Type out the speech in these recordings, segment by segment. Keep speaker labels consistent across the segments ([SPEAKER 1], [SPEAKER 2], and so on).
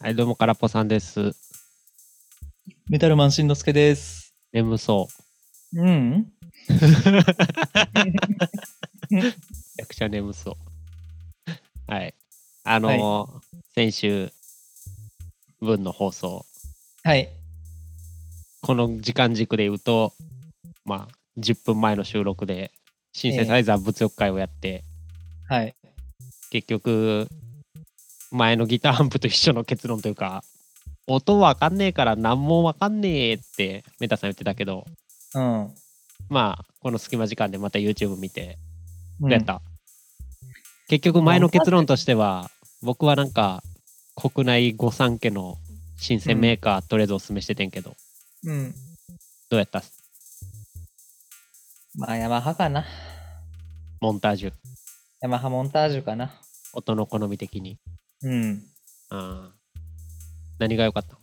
[SPEAKER 1] はい、どうも、からぽさんです。
[SPEAKER 2] メタルマンしんのすけです。
[SPEAKER 1] 眠そ
[SPEAKER 2] うん。
[SPEAKER 1] う。めちゃくちゃ眠そう。 はい。あのー先週分の放送、
[SPEAKER 2] はい。
[SPEAKER 1] この時間軸で言うと、まあ、10分前の収録で、シンセサイザー物欲会をやって、
[SPEAKER 2] はい。
[SPEAKER 1] 結局、前のギターアンプと一緒の結論というか、音わかんねえから何もわかんねえってメタさん言ってたけど、
[SPEAKER 2] うん。
[SPEAKER 1] まあ、この隙間時間でまた YouTube 見て、
[SPEAKER 2] うん
[SPEAKER 1] やっ。た。結局前の結論としては、僕はなんか国内御三家の新鮮メーカーとりあえずおすすめしててんけど、
[SPEAKER 2] うん。
[SPEAKER 1] どうやった
[SPEAKER 2] まあ、ヤマハかな。
[SPEAKER 1] モンタージュ、
[SPEAKER 2] ヤマハモンタージュかな。
[SPEAKER 1] 音の好み的に。
[SPEAKER 2] うん。
[SPEAKER 1] あー何が良かった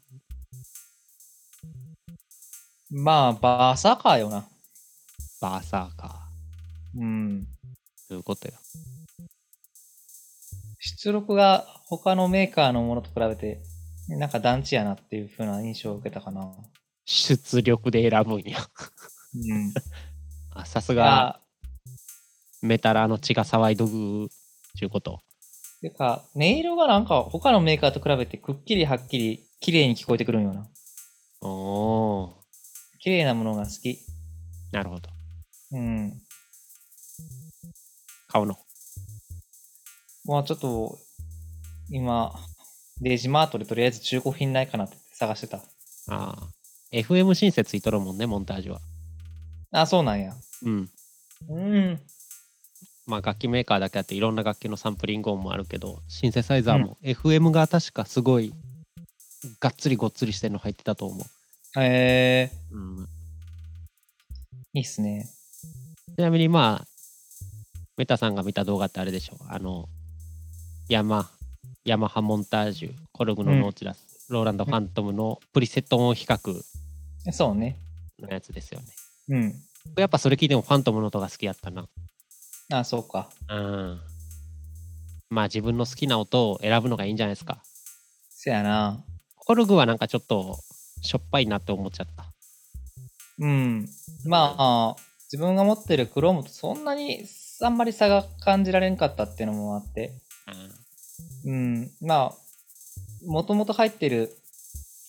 [SPEAKER 2] まあ、バーサーカーよな。
[SPEAKER 1] バーサーか。
[SPEAKER 2] うん。
[SPEAKER 1] ということよ。
[SPEAKER 2] 出力が他のメーカーのものと比べて、なんか団地やなっていう風な印象を受けたかな。
[SPEAKER 1] 出力で選ぶんや。
[SPEAKER 2] うん。
[SPEAKER 1] あさすが
[SPEAKER 2] が、
[SPEAKER 1] メタラの血が騒いどぐちゅうこと。
[SPEAKER 2] てか、音色がなんか他のメーカーと比べてくっきりはっきり綺麗に聞こえてくるんよな。
[SPEAKER 1] おー、
[SPEAKER 2] 綺麗なものが好き。
[SPEAKER 1] なるほど。
[SPEAKER 2] うん。
[SPEAKER 1] 買うの。
[SPEAKER 2] まあちょっと、今、デジマートでとりあえず中古品ないかなって探してた。
[SPEAKER 1] ああ。FM 新設いとるもんね、モンタージュは。
[SPEAKER 2] あ、そうなんや。
[SPEAKER 1] うん。
[SPEAKER 2] うん。
[SPEAKER 1] まあ、楽器メーカーだけあっていろんな楽器のサンプリング音もあるけどシンセサイザーも FM が確かすごいがっつりごっつりしてるの入ってたと思
[SPEAKER 2] えー、
[SPEAKER 1] う、うん、
[SPEAKER 2] いいっすね。
[SPEAKER 1] ちなみにまあメタさんが見た動画ってあれでしょあのヤマヤマハモンタージュコルグのノーチラス、ローランドファントムのプリセット音比較
[SPEAKER 2] そうね。
[SPEAKER 1] のやつですよね
[SPEAKER 2] うん。
[SPEAKER 1] 僕やっぱそれ聞いてもファントムの音が好きやったな
[SPEAKER 2] あ、そうか。
[SPEAKER 1] うんまあ自分の好きな音を選ぶのがいいんじゃないですか
[SPEAKER 2] せやな。
[SPEAKER 1] コルグはなんかちょっとしょっぱいなって思っちゃった。
[SPEAKER 2] うん。まあ、自分が持ってるクロームとそんなにあんまり差が感じられんかったっていうのもあって。うん。まあ、もともと入ってる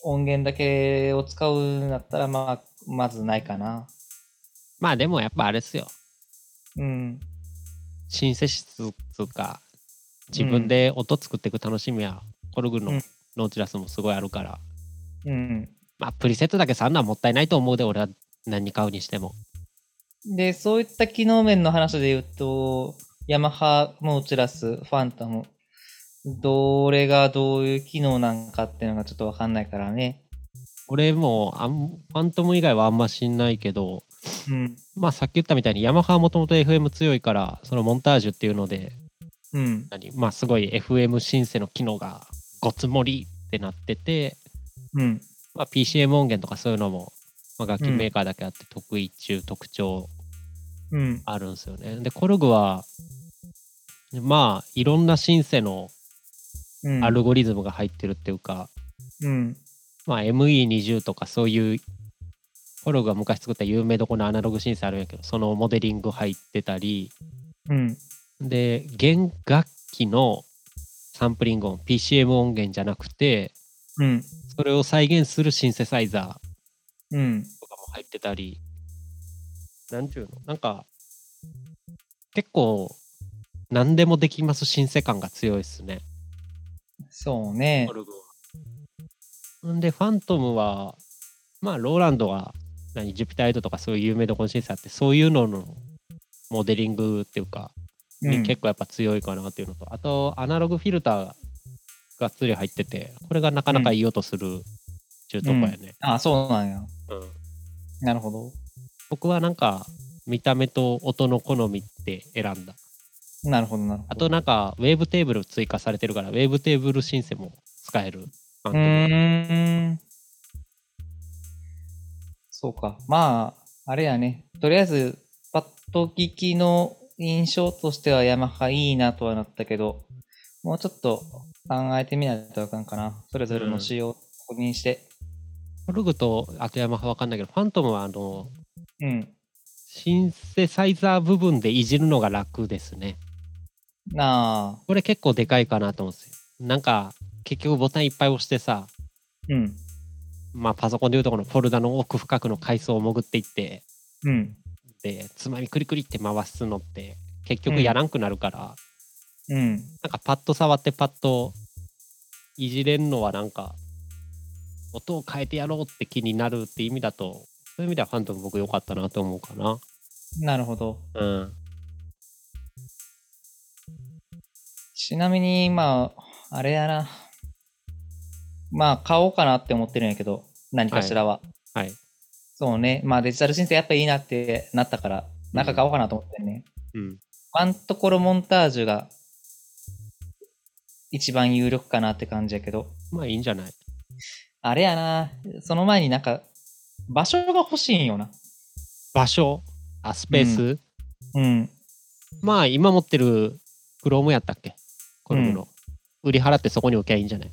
[SPEAKER 2] 音源だけを使うんだったら、まあ、まずないかな。
[SPEAKER 1] まあでもやっぱあれっすよ。
[SPEAKER 2] うん。
[SPEAKER 1] シンセシスとか自分で音作っていく楽しみは、コルグ
[SPEAKER 2] う
[SPEAKER 1] の
[SPEAKER 2] ん
[SPEAKER 1] ノーチラスもすごいあるから、
[SPEAKER 2] うん。
[SPEAKER 1] まあプリセットだけそんなんもったいないと思うで俺は何買うにしても。
[SPEAKER 2] で、そういった機能面の話で言うと、ヤマハ、モーチュラス、ファンタム、どれがどういう機能なんかっていうのがちょっとわかんないからね。
[SPEAKER 1] 俺もあんファントム以外はあんましんないけど、
[SPEAKER 2] うん。
[SPEAKER 1] まあさっき言ったみたいにヤマハはもともと FM 強いから、そのモンタージュっていうので、
[SPEAKER 2] うん。
[SPEAKER 1] 何まあすごい FM シンセの機能がごつ盛りってなってて、
[SPEAKER 2] うん。
[SPEAKER 1] まあ、PCM 音源とかそういうのも、まあ、楽器メーカーだけあって得意中、特徴
[SPEAKER 2] うん。
[SPEAKER 1] あるんですよね。でコルグはまあいろんなシンセの
[SPEAKER 2] うん。
[SPEAKER 1] アルゴリズムが入ってるっていうか、
[SPEAKER 2] うん。
[SPEAKER 1] まあ、ME20 とかそういうコルグが昔作った有名どこのアナログシンセあるんやけどそのモデリング入ってたり
[SPEAKER 2] うん。
[SPEAKER 1] で弦楽器のサンプリング音 PCM 音源じゃなくて
[SPEAKER 2] うん。
[SPEAKER 1] それを再現するシンセサイザー
[SPEAKER 2] うん。
[SPEAKER 1] とかも入ってたり、なんていうのなんか、結構、何でもできます新世感が強いっすね。
[SPEAKER 2] そうね。
[SPEAKER 1] んで、ファントムは、まあ、ローランドは、何、ジュピターエイトとかそういう有名どこの審査あって、そういうののモデリングっていうか、
[SPEAKER 2] う
[SPEAKER 1] に
[SPEAKER 2] ん、
[SPEAKER 1] 結構やっぱ強いかなっていうのと、あと、アナログフィルターがっつり入ってて、これがなかなかいい音する中途かやね。
[SPEAKER 2] あ、そうなんや。
[SPEAKER 1] うん
[SPEAKER 2] なるほど。
[SPEAKER 1] 僕はなんか見た目と音の好みって選んだ
[SPEAKER 2] なるほど、なるほ
[SPEAKER 1] あ
[SPEAKER 2] ど。
[SPEAKER 1] となんかウェーブテーブル追加されてるからウェーブテーブルシンセも使えるファント
[SPEAKER 2] う
[SPEAKER 1] ム
[SPEAKER 2] ーん。そうか。まあ、あれやね。とりあえず、パッと聞きの印象としてはヤマハいいなとはなったけど、もうちょっと考えてみないとあかんかな。それぞれの仕様を確認して。
[SPEAKER 1] コルグと後山派わかんないけど、ファントムはあの、
[SPEAKER 2] うん。
[SPEAKER 1] シンセサイザー部分でいじるのが楽ですね。
[SPEAKER 2] なあ。
[SPEAKER 1] これ結構でかいかなと思うんですよ。なんか、結局ボタンいっぱい押してさ、
[SPEAKER 2] うん。
[SPEAKER 1] まあパソコンでいうとこのフォルダの奥深くの階層を潜っていって、
[SPEAKER 2] うん。
[SPEAKER 1] で、つまみクリクリって回すのって、結局やらんくなるから、
[SPEAKER 2] う
[SPEAKER 1] な
[SPEAKER 2] ん。
[SPEAKER 1] んかパッと触ってパッといじれんのはなんか、音を変えてやろうって気になるって意味だと、そういう意味ではファントム僕良かったなと思うかな。
[SPEAKER 2] なるほど。
[SPEAKER 1] うん。
[SPEAKER 2] ちなみに、まあ、あれやな。まあ、買おうかなって思ってるんやけど、何かしらは。
[SPEAKER 1] はい。
[SPEAKER 2] そうね。まあ、デジタル申請やっぱいいなってなったから、なんか買おうかなと思ってんね。
[SPEAKER 1] うん。
[SPEAKER 2] ワンところモンタージュが、一番有力かなって感じやけど、
[SPEAKER 1] まあいいんじゃない
[SPEAKER 2] あれやな。その前になんか、場所が欲しいんよな。
[SPEAKER 1] 場所あ、スペース、
[SPEAKER 2] ううん。
[SPEAKER 1] まあ今持ってる Chrome やったっけコルムの。売り払ってそこに置きゃいいんじゃない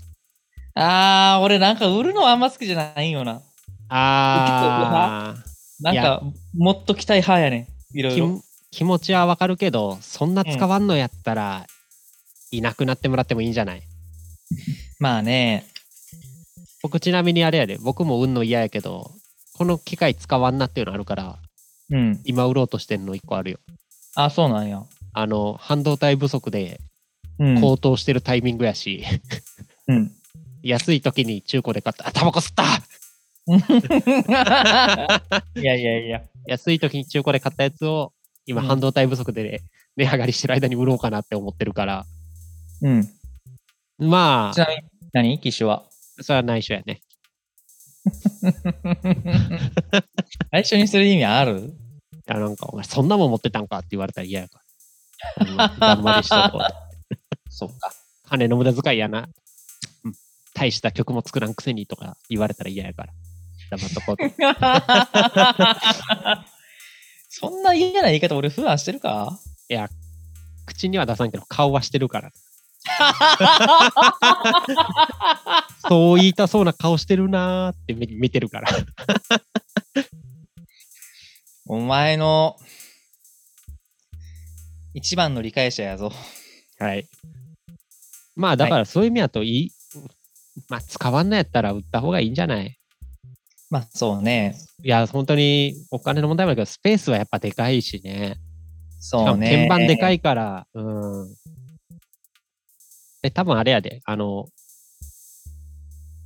[SPEAKER 2] あー、俺なんか売るのあんま好きじゃないんよな。
[SPEAKER 1] あ
[SPEAKER 2] なん
[SPEAKER 1] いや
[SPEAKER 2] か、もっと期待派やねん。いろ
[SPEAKER 1] ー
[SPEAKER 2] い
[SPEAKER 1] き
[SPEAKER 2] ろ。
[SPEAKER 1] も気持ちはわかるけど、そんな使わんのやったら、いなくなってもらってもいいんじゃない
[SPEAKER 2] まあね。
[SPEAKER 1] 僕ちなみにあれやで僕も運の嫌やけどこの機械使わんなっていうのあるから
[SPEAKER 2] うん。
[SPEAKER 1] 今売ろうとしてんの1個あるよ
[SPEAKER 2] あ、そうなんや。
[SPEAKER 1] あの半導体不足で
[SPEAKER 2] うん。
[SPEAKER 1] 高騰してるタイミングやし、
[SPEAKER 2] うん。
[SPEAKER 1] 安い時に中古で買ったあタバコ吸った
[SPEAKER 2] いやいやいや。
[SPEAKER 1] 安い時に中古で買ったやつを今
[SPEAKER 2] うん
[SPEAKER 1] 半導体不足で、値上がりしてる間に売ろうかなって思ってるから
[SPEAKER 2] うん。
[SPEAKER 1] ま
[SPEAKER 2] ち
[SPEAKER 1] あ
[SPEAKER 2] なみに、何機種は。
[SPEAKER 1] それは内緒やね
[SPEAKER 2] 最初にする意味ある
[SPEAKER 1] いやなんかお前そんなもん持ってたんかって言われたら嫌やからうんだんまりしとこう
[SPEAKER 2] そっか。
[SPEAKER 1] 金の無駄遣いやな。うん大した曲も作らんくせにとか言われたら嫌やから。黙っと こう。
[SPEAKER 2] そんな嫌な言い方俺普段してるか
[SPEAKER 1] 口には出さんけど、顔はしてる から。そう言いたそうな顔してるなーって見見てるから。
[SPEAKER 2] お前の一番の理解者やぞ。
[SPEAKER 1] はい。まあ、だからそういう意味だといい。まあ、使わんのやったら売った方がいいんじゃない
[SPEAKER 2] まあそうね。
[SPEAKER 1] いや、本当にお金の問題もあるけど、スペースはやっぱでかいしね。しか
[SPEAKER 2] そう
[SPEAKER 1] も
[SPEAKER 2] ね。
[SPEAKER 1] 鍵盤でか
[SPEAKER 2] い。
[SPEAKER 1] いから、うん。え、多分あれやで、あの、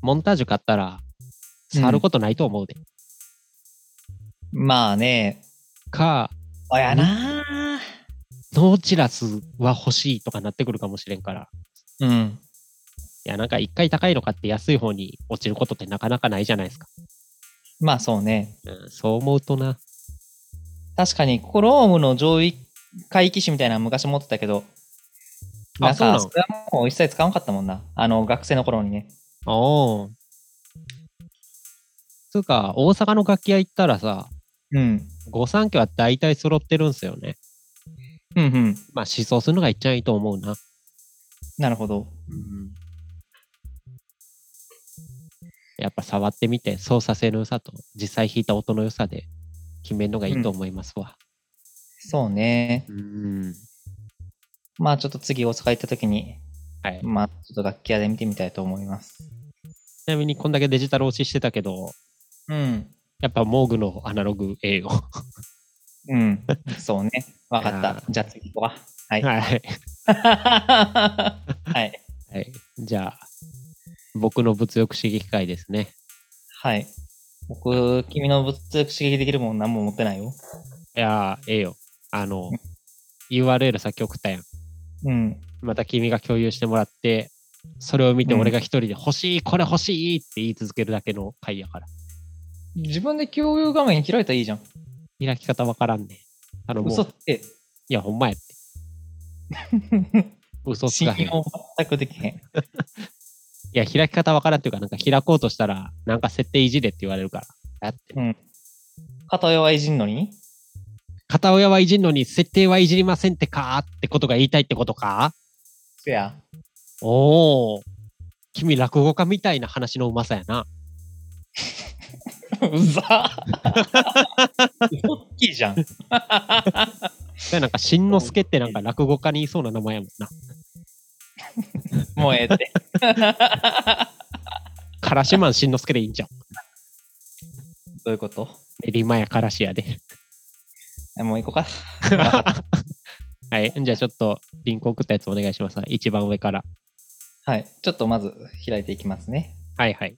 [SPEAKER 1] モンタージュ買ったら、触ることないと思うで。
[SPEAKER 2] まあね。
[SPEAKER 1] か、
[SPEAKER 2] あやな
[SPEAKER 1] ノーチラスは欲しいとかなってくるかもしれんから。
[SPEAKER 2] うん。
[SPEAKER 1] いや、なんか一回高いの買って安い方に落ちることってなかなかないじゃないですか。
[SPEAKER 2] まあそうね。
[SPEAKER 1] うん、そう思うとな。
[SPEAKER 2] 確かに、クロームの上位回帰種みたいなの昔持ってたけど、
[SPEAKER 1] あ
[SPEAKER 2] なん
[SPEAKER 1] そうな
[SPEAKER 2] か、
[SPEAKER 1] の
[SPEAKER 2] それはもう一切使わなかったもんな。あの、学生の頃にね。
[SPEAKER 1] おお。つうか、大阪の楽器屋行ったらさ、
[SPEAKER 2] うん。
[SPEAKER 1] 御三家は大体揃ってるんすよね。
[SPEAKER 2] うんうん。
[SPEAKER 1] まあ、思想するのが一番いいと思うな。
[SPEAKER 2] なるほど。
[SPEAKER 1] やっぱ触ってみて操作性の良さと実際弾いた音の良さで決めるのがいいと思いますわ。
[SPEAKER 2] そうね。
[SPEAKER 1] うん。
[SPEAKER 2] まあちょっと次大阪行った時に、
[SPEAKER 1] はい。ち
[SPEAKER 2] まあちょっと楽器屋で見てみたいと思います。
[SPEAKER 1] なみにこんだけデジタル推ししてたけど、
[SPEAKER 2] うん。
[SPEAKER 1] やっぱモーグのアナログ A を。は
[SPEAKER 2] うん。そうね。わかっ
[SPEAKER 1] いや。
[SPEAKER 2] た。じゃあ次行こうか。はいい。
[SPEAKER 1] はい。
[SPEAKER 2] はい。
[SPEAKER 1] じゃあ、僕の物欲刺激会ですね。
[SPEAKER 2] はい。僕、君の物欲刺激できるもん何も持ってないよ。
[SPEAKER 1] いやー、ええよ。あの
[SPEAKER 2] うん、
[SPEAKER 1] URL さっき送ったやん。
[SPEAKER 2] うん。
[SPEAKER 1] また君が共有してもらって、それを見て俺が一人で欲しい、これ欲しいって言い続けるだけの回やから。
[SPEAKER 2] 自分で共有画面開いたらいいじゃん。
[SPEAKER 1] 開き方わからんね。あの、もう、
[SPEAKER 2] 嘘って。
[SPEAKER 1] いや、ほんまやって。嘘つ
[SPEAKER 2] 信
[SPEAKER 1] かへん。い
[SPEAKER 2] 用全くできへん。
[SPEAKER 1] や、開き方わからんっていうか、なんか開こうとしたら、なんか設定いじれって言われるから。だって、
[SPEAKER 2] うん。片親はいじんのに
[SPEAKER 1] 片親はいじんのに設定はいじりませんってかーってことが言いたいってことか
[SPEAKER 2] そや。
[SPEAKER 1] おお。君、落語家みたいな話のうまさやな。
[SPEAKER 2] うざロッキーじゃん。
[SPEAKER 1] それなんか、しんのすけってなんか落語家にいそうな名前やもんな。
[SPEAKER 2] もうええって。
[SPEAKER 1] からしマンしんのすけでいいんじゃん。
[SPEAKER 2] どういうこと
[SPEAKER 1] エリマやからしやで。
[SPEAKER 2] もう行こうか。
[SPEAKER 1] はい。じゃあちょっとリンク送ったやつお願いします。一番上から。
[SPEAKER 2] はい。ちょっとまず開いていきますね。
[SPEAKER 1] はいはい。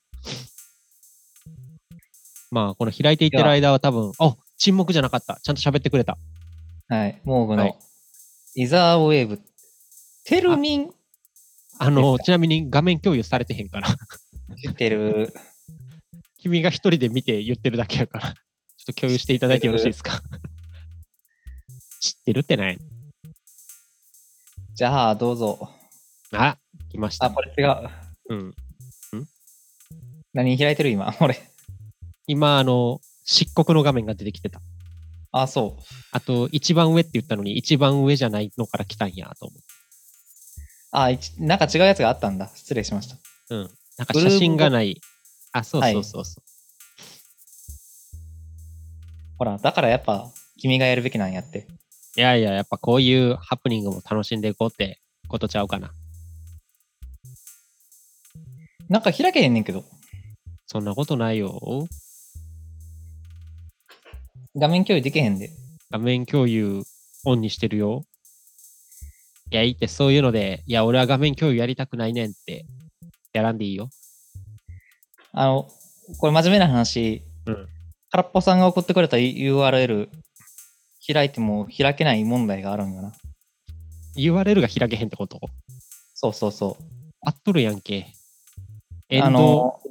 [SPEAKER 1] まあ、この開いていってる間は多分、あ沈黙じゃなかった。ちゃんと喋ってくれた。
[SPEAKER 2] はい。モーグの、
[SPEAKER 1] はい
[SPEAKER 2] イザーウェーブ。テルミン
[SPEAKER 1] あ
[SPEAKER 2] で
[SPEAKER 1] の、
[SPEAKER 2] す
[SPEAKER 1] ちなみに画面共有されてへんから。
[SPEAKER 2] 知ってる。
[SPEAKER 1] 君が一人で見て言ってるだけやから。ちょっと共有していただいてよろしいですか。 知ってるってない
[SPEAKER 2] じゃあ、どうぞ。
[SPEAKER 1] あ、来まし
[SPEAKER 2] あ、
[SPEAKER 1] た。
[SPEAKER 2] これ違う。
[SPEAKER 1] うん。
[SPEAKER 2] 何開いてる今、俺。
[SPEAKER 1] 今、あの、漆黒の画面が出てきてた。
[SPEAKER 2] あ、そう。
[SPEAKER 1] あと、一番上って言ったのに、一番上じゃないのから来たんやと思
[SPEAKER 2] あ、いちなんか違うやつがあったんだ。失礼しました。
[SPEAKER 1] う。うん。なんか写真がない。あ、そう
[SPEAKER 2] はい
[SPEAKER 1] そうそうそう。
[SPEAKER 2] ほら、だからやっぱ、君がやるべきなんやって。
[SPEAKER 1] いやいや、やっぱこういうハプニングも楽しんでいこうってことちゃうかな。
[SPEAKER 2] なんか開けへんねんけど。
[SPEAKER 1] そんなことないよ。
[SPEAKER 2] 画面共有できへんで。
[SPEAKER 1] 画面共有オンにしてるよ。いや、いいって、そういうので、いや、俺は画面共有やりたくないねんって、やらんでいいよ。
[SPEAKER 2] あの、これ真面目な話。
[SPEAKER 1] うん
[SPEAKER 2] 空っぽさんが送ってくれた URL、開いても開けない問題があるんよな。
[SPEAKER 1] URL が開けへんってこと
[SPEAKER 2] そうそうそう。
[SPEAKER 1] あっとるやんけ。エンド、
[SPEAKER 2] あの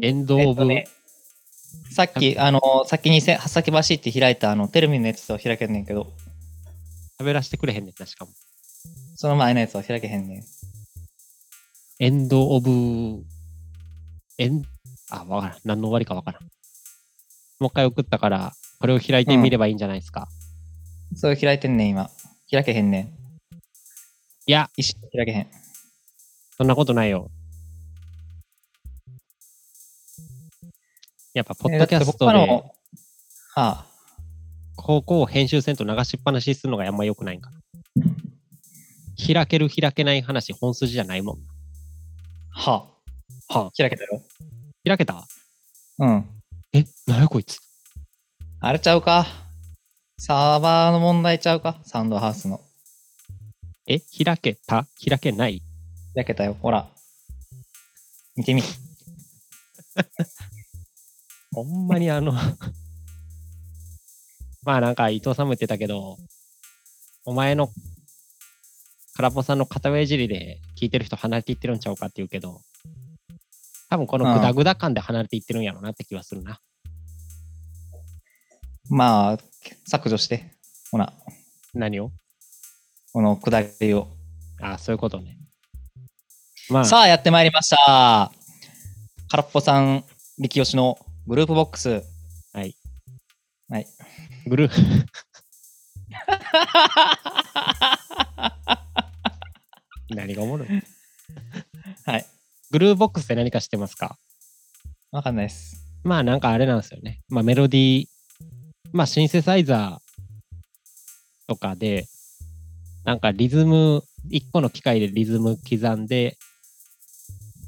[SPEAKER 1] エンドオブ、
[SPEAKER 2] えっとねさっき、あの、先にせ、先走って開いた、あの、テルミンのやつは開けんねんけど、
[SPEAKER 1] 喋らせてくれへんねんな、しかも。
[SPEAKER 2] その前のやつは開けへんねん。
[SPEAKER 1] エンドオブ、エン、あ、わからん。何の終わりかわからん。もう一回送ったから、これを開いてみればいいんじゃないですか。
[SPEAKER 2] それ開いてんねん、今。開けへんねん。
[SPEAKER 1] いや、
[SPEAKER 2] 一瞬開けへん。
[SPEAKER 1] そんなことないよ。やっぱ、ポッドキャスト
[SPEAKER 2] えーだって僕ら
[SPEAKER 1] で、
[SPEAKER 2] のはあ、
[SPEAKER 1] ここを編集せんと流しっぱなしにするのがあんま良くないんかな。開ける開けない話、本筋じゃないもん。
[SPEAKER 2] はあ、
[SPEAKER 1] は
[SPEAKER 2] 開けたよ。
[SPEAKER 1] 開けた
[SPEAKER 2] うん。
[SPEAKER 1] え、なやこいつ。
[SPEAKER 2] あれちゃうか。サーバーの問題ちゃうか。サウンドハウスの。
[SPEAKER 1] え、開けた開けない
[SPEAKER 2] 開けたよ。ほら。見てみ。
[SPEAKER 1] ほんまにあの、まあなんか伊藤さんも言ってたけど、お前の空っぽさんの片上いじりで聞いてる人離れていってるんちゃうかって言うけど、多分このグダグダ感で離れていってるんやろうなって気はするな。
[SPEAKER 2] まあ、削除して。ほら、
[SPEAKER 1] 何を
[SPEAKER 2] この下りを。
[SPEAKER 1] ああ、そういうことね。まあ、
[SPEAKER 2] さあ、やってまいりました。空っぽさん、力吉のグループボックス。
[SPEAKER 1] グルー、何がおもろい
[SPEAKER 2] はい。
[SPEAKER 1] グルーボックスって何か知ってますか
[SPEAKER 2] わかんないです。
[SPEAKER 1] まあなんかあれなんですよね。まあメロディー、まあシンセサイザーとかで、なんかリズム、一個の機械でリズム刻んで、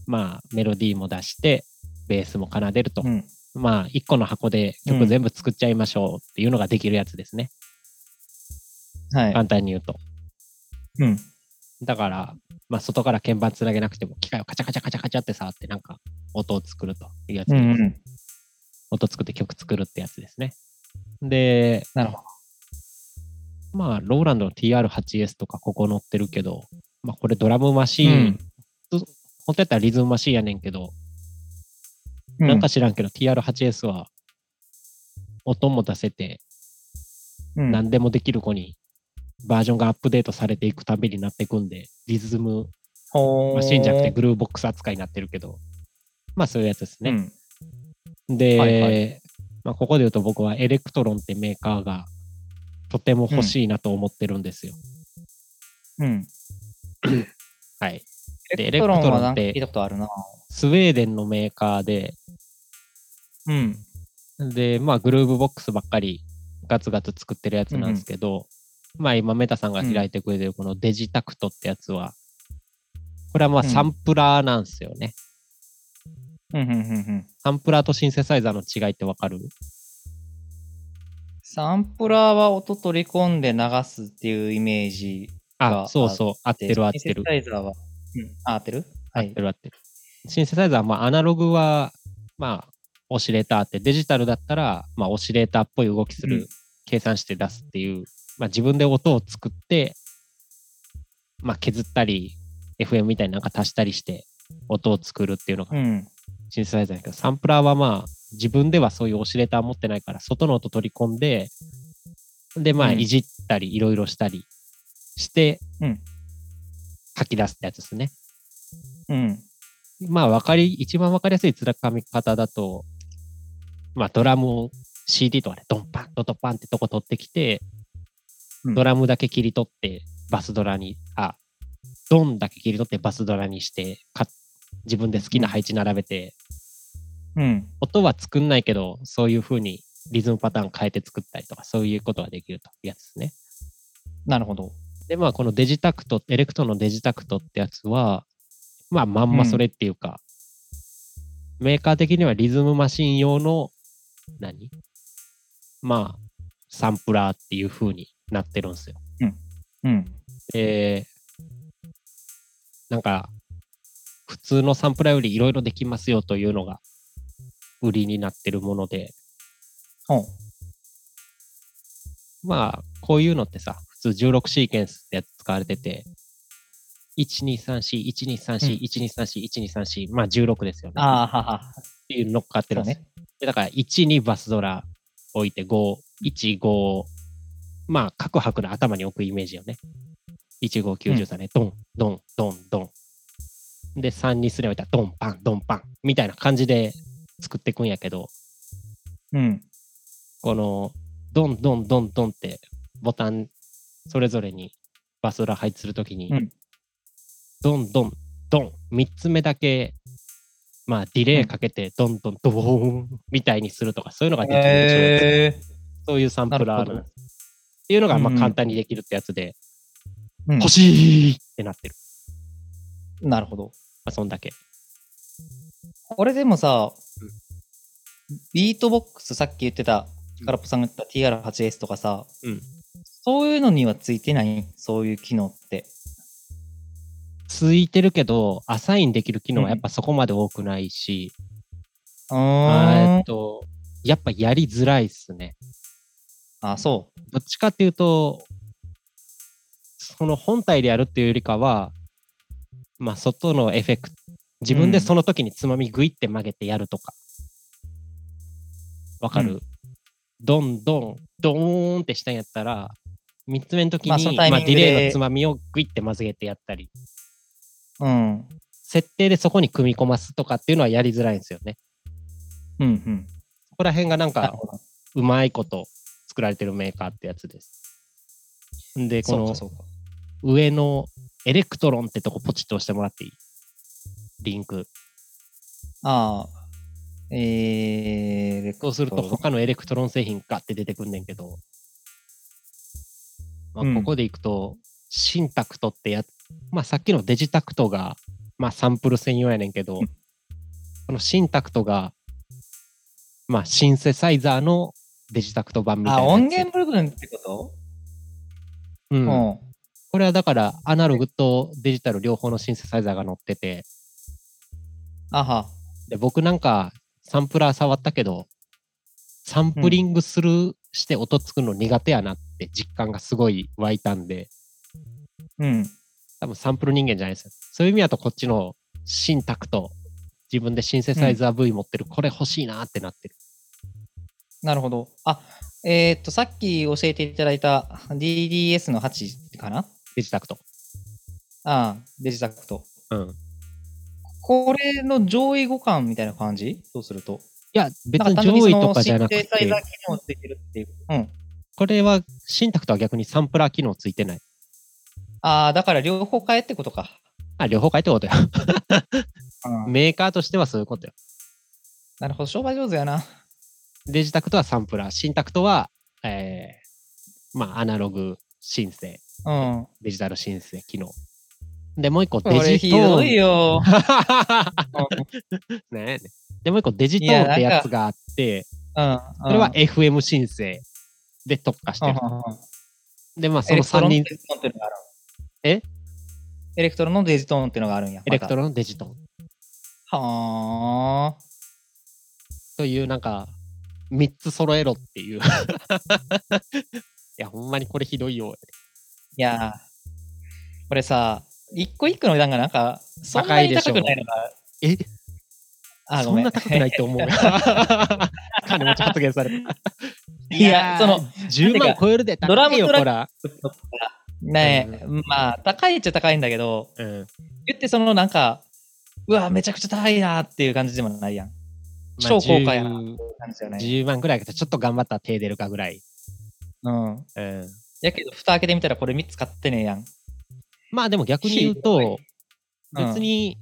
[SPEAKER 1] まあメロディーも出して、ベースも奏でると。
[SPEAKER 2] うん。
[SPEAKER 1] まあ一個の箱で
[SPEAKER 2] う
[SPEAKER 1] 曲
[SPEAKER 2] ん
[SPEAKER 1] 全部作っちゃいましょうっていうのができるやつですね。
[SPEAKER 2] はい。
[SPEAKER 1] 簡単に言うと。
[SPEAKER 2] うん。
[SPEAKER 1] だから、まあ外から鍵盤つなげなくても、機械をカチャカチャカチャカチャって触ってなんか音を作るというやつ
[SPEAKER 2] う
[SPEAKER 1] で
[SPEAKER 2] ん
[SPEAKER 1] す。
[SPEAKER 2] うん。
[SPEAKER 1] 音作って曲作るってやつですね。で、
[SPEAKER 2] なるほ
[SPEAKER 1] まあ、ローランドの TR8S とかここ載ってるけど、まあ、これドラムマシ
[SPEAKER 2] ど。
[SPEAKER 1] ーン、本当やったらリズムマシーンやねんけど、
[SPEAKER 2] うん。
[SPEAKER 1] なんか知らんけど TR8S は音も出せて
[SPEAKER 2] うん、
[SPEAKER 1] 何でもできる子にバージョンがアップデートされていくたびになっていくんで、リズム
[SPEAKER 2] ほー
[SPEAKER 1] マシーンじゃなくてグルーボックス扱いになってるけど、まあそういうやつですね。
[SPEAKER 2] うん
[SPEAKER 1] で、
[SPEAKER 2] はいは
[SPEAKER 1] まあ、ここで言うと僕はエレクトロンってメーカーがとても欲しいなと思ってるんですよ。
[SPEAKER 2] うん。
[SPEAKER 1] はい。で
[SPEAKER 2] エレクトロンはなんか
[SPEAKER 1] エレクトロンって
[SPEAKER 2] 聞いたことあるな。
[SPEAKER 1] スウェーデンのメーカーで、
[SPEAKER 2] うん。
[SPEAKER 1] で、まあ、グルーブボックスばっかりガツガツ作ってるやつなんですけど、まあ、今、メタさんが開いてくれてるこのデジタクトってやつは、これはまあ、
[SPEAKER 2] うん
[SPEAKER 1] サンプラーなんですよね。
[SPEAKER 2] うん、うん、うん、うん。
[SPEAKER 1] サンプラーとシンセサイザーの違いってわかる
[SPEAKER 2] サンプラーは音取り込んで流すっていうイメージ
[SPEAKER 1] あ、
[SPEAKER 2] が
[SPEAKER 1] そうそう、合って
[SPEAKER 2] で
[SPEAKER 1] る合ってる。
[SPEAKER 2] シンセサイザーは、うん、あ合ってる
[SPEAKER 1] 合
[SPEAKER 2] は
[SPEAKER 1] っ
[SPEAKER 2] い
[SPEAKER 1] て。る合ってる。シンセサイザーは、まあ、アナログは、まあ、オシレーターって、デジタルだったら、まあ、オシレーターっぽい動きする、
[SPEAKER 2] うん
[SPEAKER 1] 計算して出すっていう、まあ、自分で音を作って、まあ、削ったり、FM みたいになんか足したりして、音を作るっていうの
[SPEAKER 2] う
[SPEAKER 1] が
[SPEAKER 2] ん。
[SPEAKER 1] シンセサイザーだけど、サンプラーはまあ、自分ではそういうオシレーター持ってないから、外の音取り込んで、で、まあ、
[SPEAKER 2] うん
[SPEAKER 1] いじったり、いろいろしたりして、
[SPEAKER 2] うん
[SPEAKER 1] 吐き出すってやつですね。
[SPEAKER 2] うん。
[SPEAKER 1] まあ、わかり、一番わかりやすい面かみ方だと、まあ、ドラムを CD とかでドンパン、ドドパンってとこ取ってきて、
[SPEAKER 2] うん
[SPEAKER 1] ドラムだけ切り取って、バスドラに、あ、ドンだけ切り取ってバスドラにして、か自分で好きな配置並べて、
[SPEAKER 2] うん。
[SPEAKER 1] 音は作んないけど、そういう風にリズムパターン変えて作ったりとか、そういうことができるというやつですね。
[SPEAKER 2] なるほど。
[SPEAKER 1] で、まあ、このデジタクト、エレクトロンのデジタクトってやつは、まあ、まんまそれっていうか、メーカー的にはリズムマシン用の、何まあ、サンプラーっていう風になってるんですよ。
[SPEAKER 2] うん。
[SPEAKER 1] で、なんか、普通のサンプラーよりいろいろできますよというのが売りになってるもので、
[SPEAKER 2] おう
[SPEAKER 1] まあ、こういうのってさ、普通16シーケンスってやつ使われてて、1234、1234、1234、1234、まあ16ですよね。
[SPEAKER 2] ああ、はは。
[SPEAKER 1] っていうの乗っかってるんです
[SPEAKER 2] そ
[SPEAKER 1] よ。でだから、1、2バスドラ置いて、5、1、5、まあ、各拍の頭に置くイメージよね。1、5、93ね、ドン、ドン、ドン、ドン。で、3にすればいたら、ドン、パン、ドン、パン、みたいな感じで作っていくんやけど、
[SPEAKER 2] うん。
[SPEAKER 1] このドンドンドンドンってボタンそれぞれにバスドラ配置するときに、
[SPEAKER 2] うん
[SPEAKER 1] ドンドンドン3つ目だけまあディレイかけてドンドンドボーンみたいにするとかそういうのができるんでしょうね
[SPEAKER 2] え
[SPEAKER 1] そういうサンプラーあるん
[SPEAKER 2] なる
[SPEAKER 1] で
[SPEAKER 2] ほ
[SPEAKER 1] すっていうのがまあ
[SPEAKER 2] うんうん
[SPEAKER 1] 簡単にできるってやつで、
[SPEAKER 2] うん
[SPEAKER 1] 欲しいってなってる、
[SPEAKER 2] ー、なるほど。
[SPEAKER 1] まあ、そんだけ
[SPEAKER 2] これでもさ
[SPEAKER 1] うん、
[SPEAKER 2] ビートボックスさっき言ってた、カラポさんが言った TR8S とかさ、
[SPEAKER 1] うん
[SPEAKER 2] そういうのにはついてないそういう機能って。
[SPEAKER 1] ついてるけどアサインできる機能はやっぱそこまで多くないし、
[SPEAKER 2] う
[SPEAKER 1] あーえ
[SPEAKER 2] ー
[SPEAKER 1] っ
[SPEAKER 2] ん。
[SPEAKER 1] とやっぱやりづらいっすね
[SPEAKER 2] あ、そ
[SPEAKER 1] どっちかっていうと、その本体でやるっていうよりかは、まあ、外のエフェクト、自分でその時につまみグイって曲げてやるとか。わかる、
[SPEAKER 2] う
[SPEAKER 1] ドンドン、ドーンってしたんやったら、3つ目の時に、
[SPEAKER 2] まあそのタイ
[SPEAKER 1] ま
[SPEAKER 2] ミ
[SPEAKER 1] あ、
[SPEAKER 2] ング
[SPEAKER 1] デ
[SPEAKER 2] で
[SPEAKER 1] ィレイのつまみをグイって曲げてやったり、
[SPEAKER 2] う。うん。
[SPEAKER 1] 設定でそこに組み込ますとかっていうのはやりづらいんですよね。
[SPEAKER 2] うん、うん。
[SPEAKER 1] ここら辺がなん
[SPEAKER 2] なる
[SPEAKER 1] か
[SPEAKER 2] ほど。
[SPEAKER 1] うまいこと作られてるメーカーってやつです。で、こ
[SPEAKER 2] そう
[SPEAKER 1] の
[SPEAKER 2] か、そうか。
[SPEAKER 1] 上のエレクトロンってとこポチッと押してもらっていいリンク。
[SPEAKER 2] ああ。えー、レコ
[SPEAKER 1] そうすると他のエレクトロン製品ガって出てくんねんけど、まあ
[SPEAKER 2] うん
[SPEAKER 1] ここでいくと、シンタクトってやつ、まあさっきのデジタクトが、まあサンプル専用やねんけど
[SPEAKER 2] うん、
[SPEAKER 1] このシンタクトが、まあシンセサイザーのデジタクト版みたいな
[SPEAKER 2] あ、
[SPEAKER 1] やつ。
[SPEAKER 2] 音源部分ってこと
[SPEAKER 1] うん
[SPEAKER 2] うん。
[SPEAKER 1] これはだからアナログとデジタル両方のシンセサイザーが載ってて、
[SPEAKER 2] あは。
[SPEAKER 1] で僕なんかサンプラー触ったけどサンプリングする、して音作るの苦手やなって実感がすごい湧いたんで
[SPEAKER 2] うん。
[SPEAKER 1] 多分サンプル人間じゃないですよそういう意味だとこっちのシンタクト自分でシンセサイザー V 持ってる、これ欲しいなってなってる
[SPEAKER 2] なるほど。あ、えーっと、さっき教えていただいた DDS の8かな
[SPEAKER 1] デジタクト
[SPEAKER 2] ああ、デジタクト。
[SPEAKER 1] うん
[SPEAKER 2] これの上位互換みたいな感じそうすると。
[SPEAKER 1] いや別
[SPEAKER 2] なん
[SPEAKER 1] に
[SPEAKER 2] 単純
[SPEAKER 1] 上位
[SPEAKER 2] その
[SPEAKER 1] とかじゃなく
[SPEAKER 2] シンセサイザー
[SPEAKER 1] て
[SPEAKER 2] 機能ついてるっていう。うん。
[SPEAKER 1] これはシンタクトは逆にサンプラー機能ついてない
[SPEAKER 2] ああ、だから両方買えってことか。
[SPEAKER 1] あ、両方買えってことよ。
[SPEAKER 2] うん、
[SPEAKER 1] メーカーとしてはそういうことよ。
[SPEAKER 2] なるほど、商売上手やな。
[SPEAKER 1] デジタクトはサンプラー、シンタクトは、えー、まあ、アナログ申請、
[SPEAKER 2] うん。
[SPEAKER 1] デジタル申請、機能。で、もう一個
[SPEAKER 2] こ
[SPEAKER 1] デ
[SPEAKER 2] れ
[SPEAKER 1] ジ
[SPEAKER 2] ひ
[SPEAKER 1] トー
[SPEAKER 2] ど
[SPEAKER 1] ン。
[SPEAKER 2] いよ。
[SPEAKER 1] ねえねで、もう一個デジトーンってやつがあって、
[SPEAKER 2] うん。うん
[SPEAKER 1] それは、FM 申請で特化し
[SPEAKER 2] うん
[SPEAKER 1] て
[SPEAKER 2] う
[SPEAKER 1] る。
[SPEAKER 2] んうん
[SPEAKER 1] で、まあ、そ
[SPEAKER 2] エ
[SPEAKER 1] の
[SPEAKER 2] レクト
[SPEAKER 1] 3
[SPEAKER 2] ロン
[SPEAKER 1] 人、
[SPEAKER 2] デジトーンっていうのがある
[SPEAKER 1] え
[SPEAKER 2] エレクトロンのデジトーンっていうのがあるんや。
[SPEAKER 1] エレクト
[SPEAKER 2] ロ
[SPEAKER 1] ロンデジトーン
[SPEAKER 2] はあ。
[SPEAKER 1] という、なんか、3つ揃えろっていう。い や、ほんまにこれひどいよ。
[SPEAKER 2] いやー、これさ、一個一個の値段がなんか、そんなに高くないのが、
[SPEAKER 1] え
[SPEAKER 2] あ、ご
[SPEAKER 1] そん
[SPEAKER 2] めん。
[SPEAKER 1] な高くないと思うよ。 金持ち発言された。
[SPEAKER 2] いや、その、
[SPEAKER 1] 10万超えるで高いよ、
[SPEAKER 2] ドラムトラック
[SPEAKER 1] こら。
[SPEAKER 2] ねえ、まあ、高いっちゃ高いんだけど、
[SPEAKER 1] うん。
[SPEAKER 2] 言ってそのなんか、うわ、めちゃくちゃ高いなーっていう感じでもないやん。
[SPEAKER 1] まあ
[SPEAKER 2] 超高価やな
[SPEAKER 1] 10
[SPEAKER 2] 感じじゃない。
[SPEAKER 1] 10万ぐらいだけど、ちょっと頑張ったら手出るかぐらい。
[SPEAKER 2] うん。
[SPEAKER 1] うん。
[SPEAKER 2] やけど、蓋開けてみたらこれ3つ買ってねえやん。
[SPEAKER 1] まあでも逆に言う
[SPEAKER 2] ひど
[SPEAKER 1] と、
[SPEAKER 2] うん
[SPEAKER 1] 別に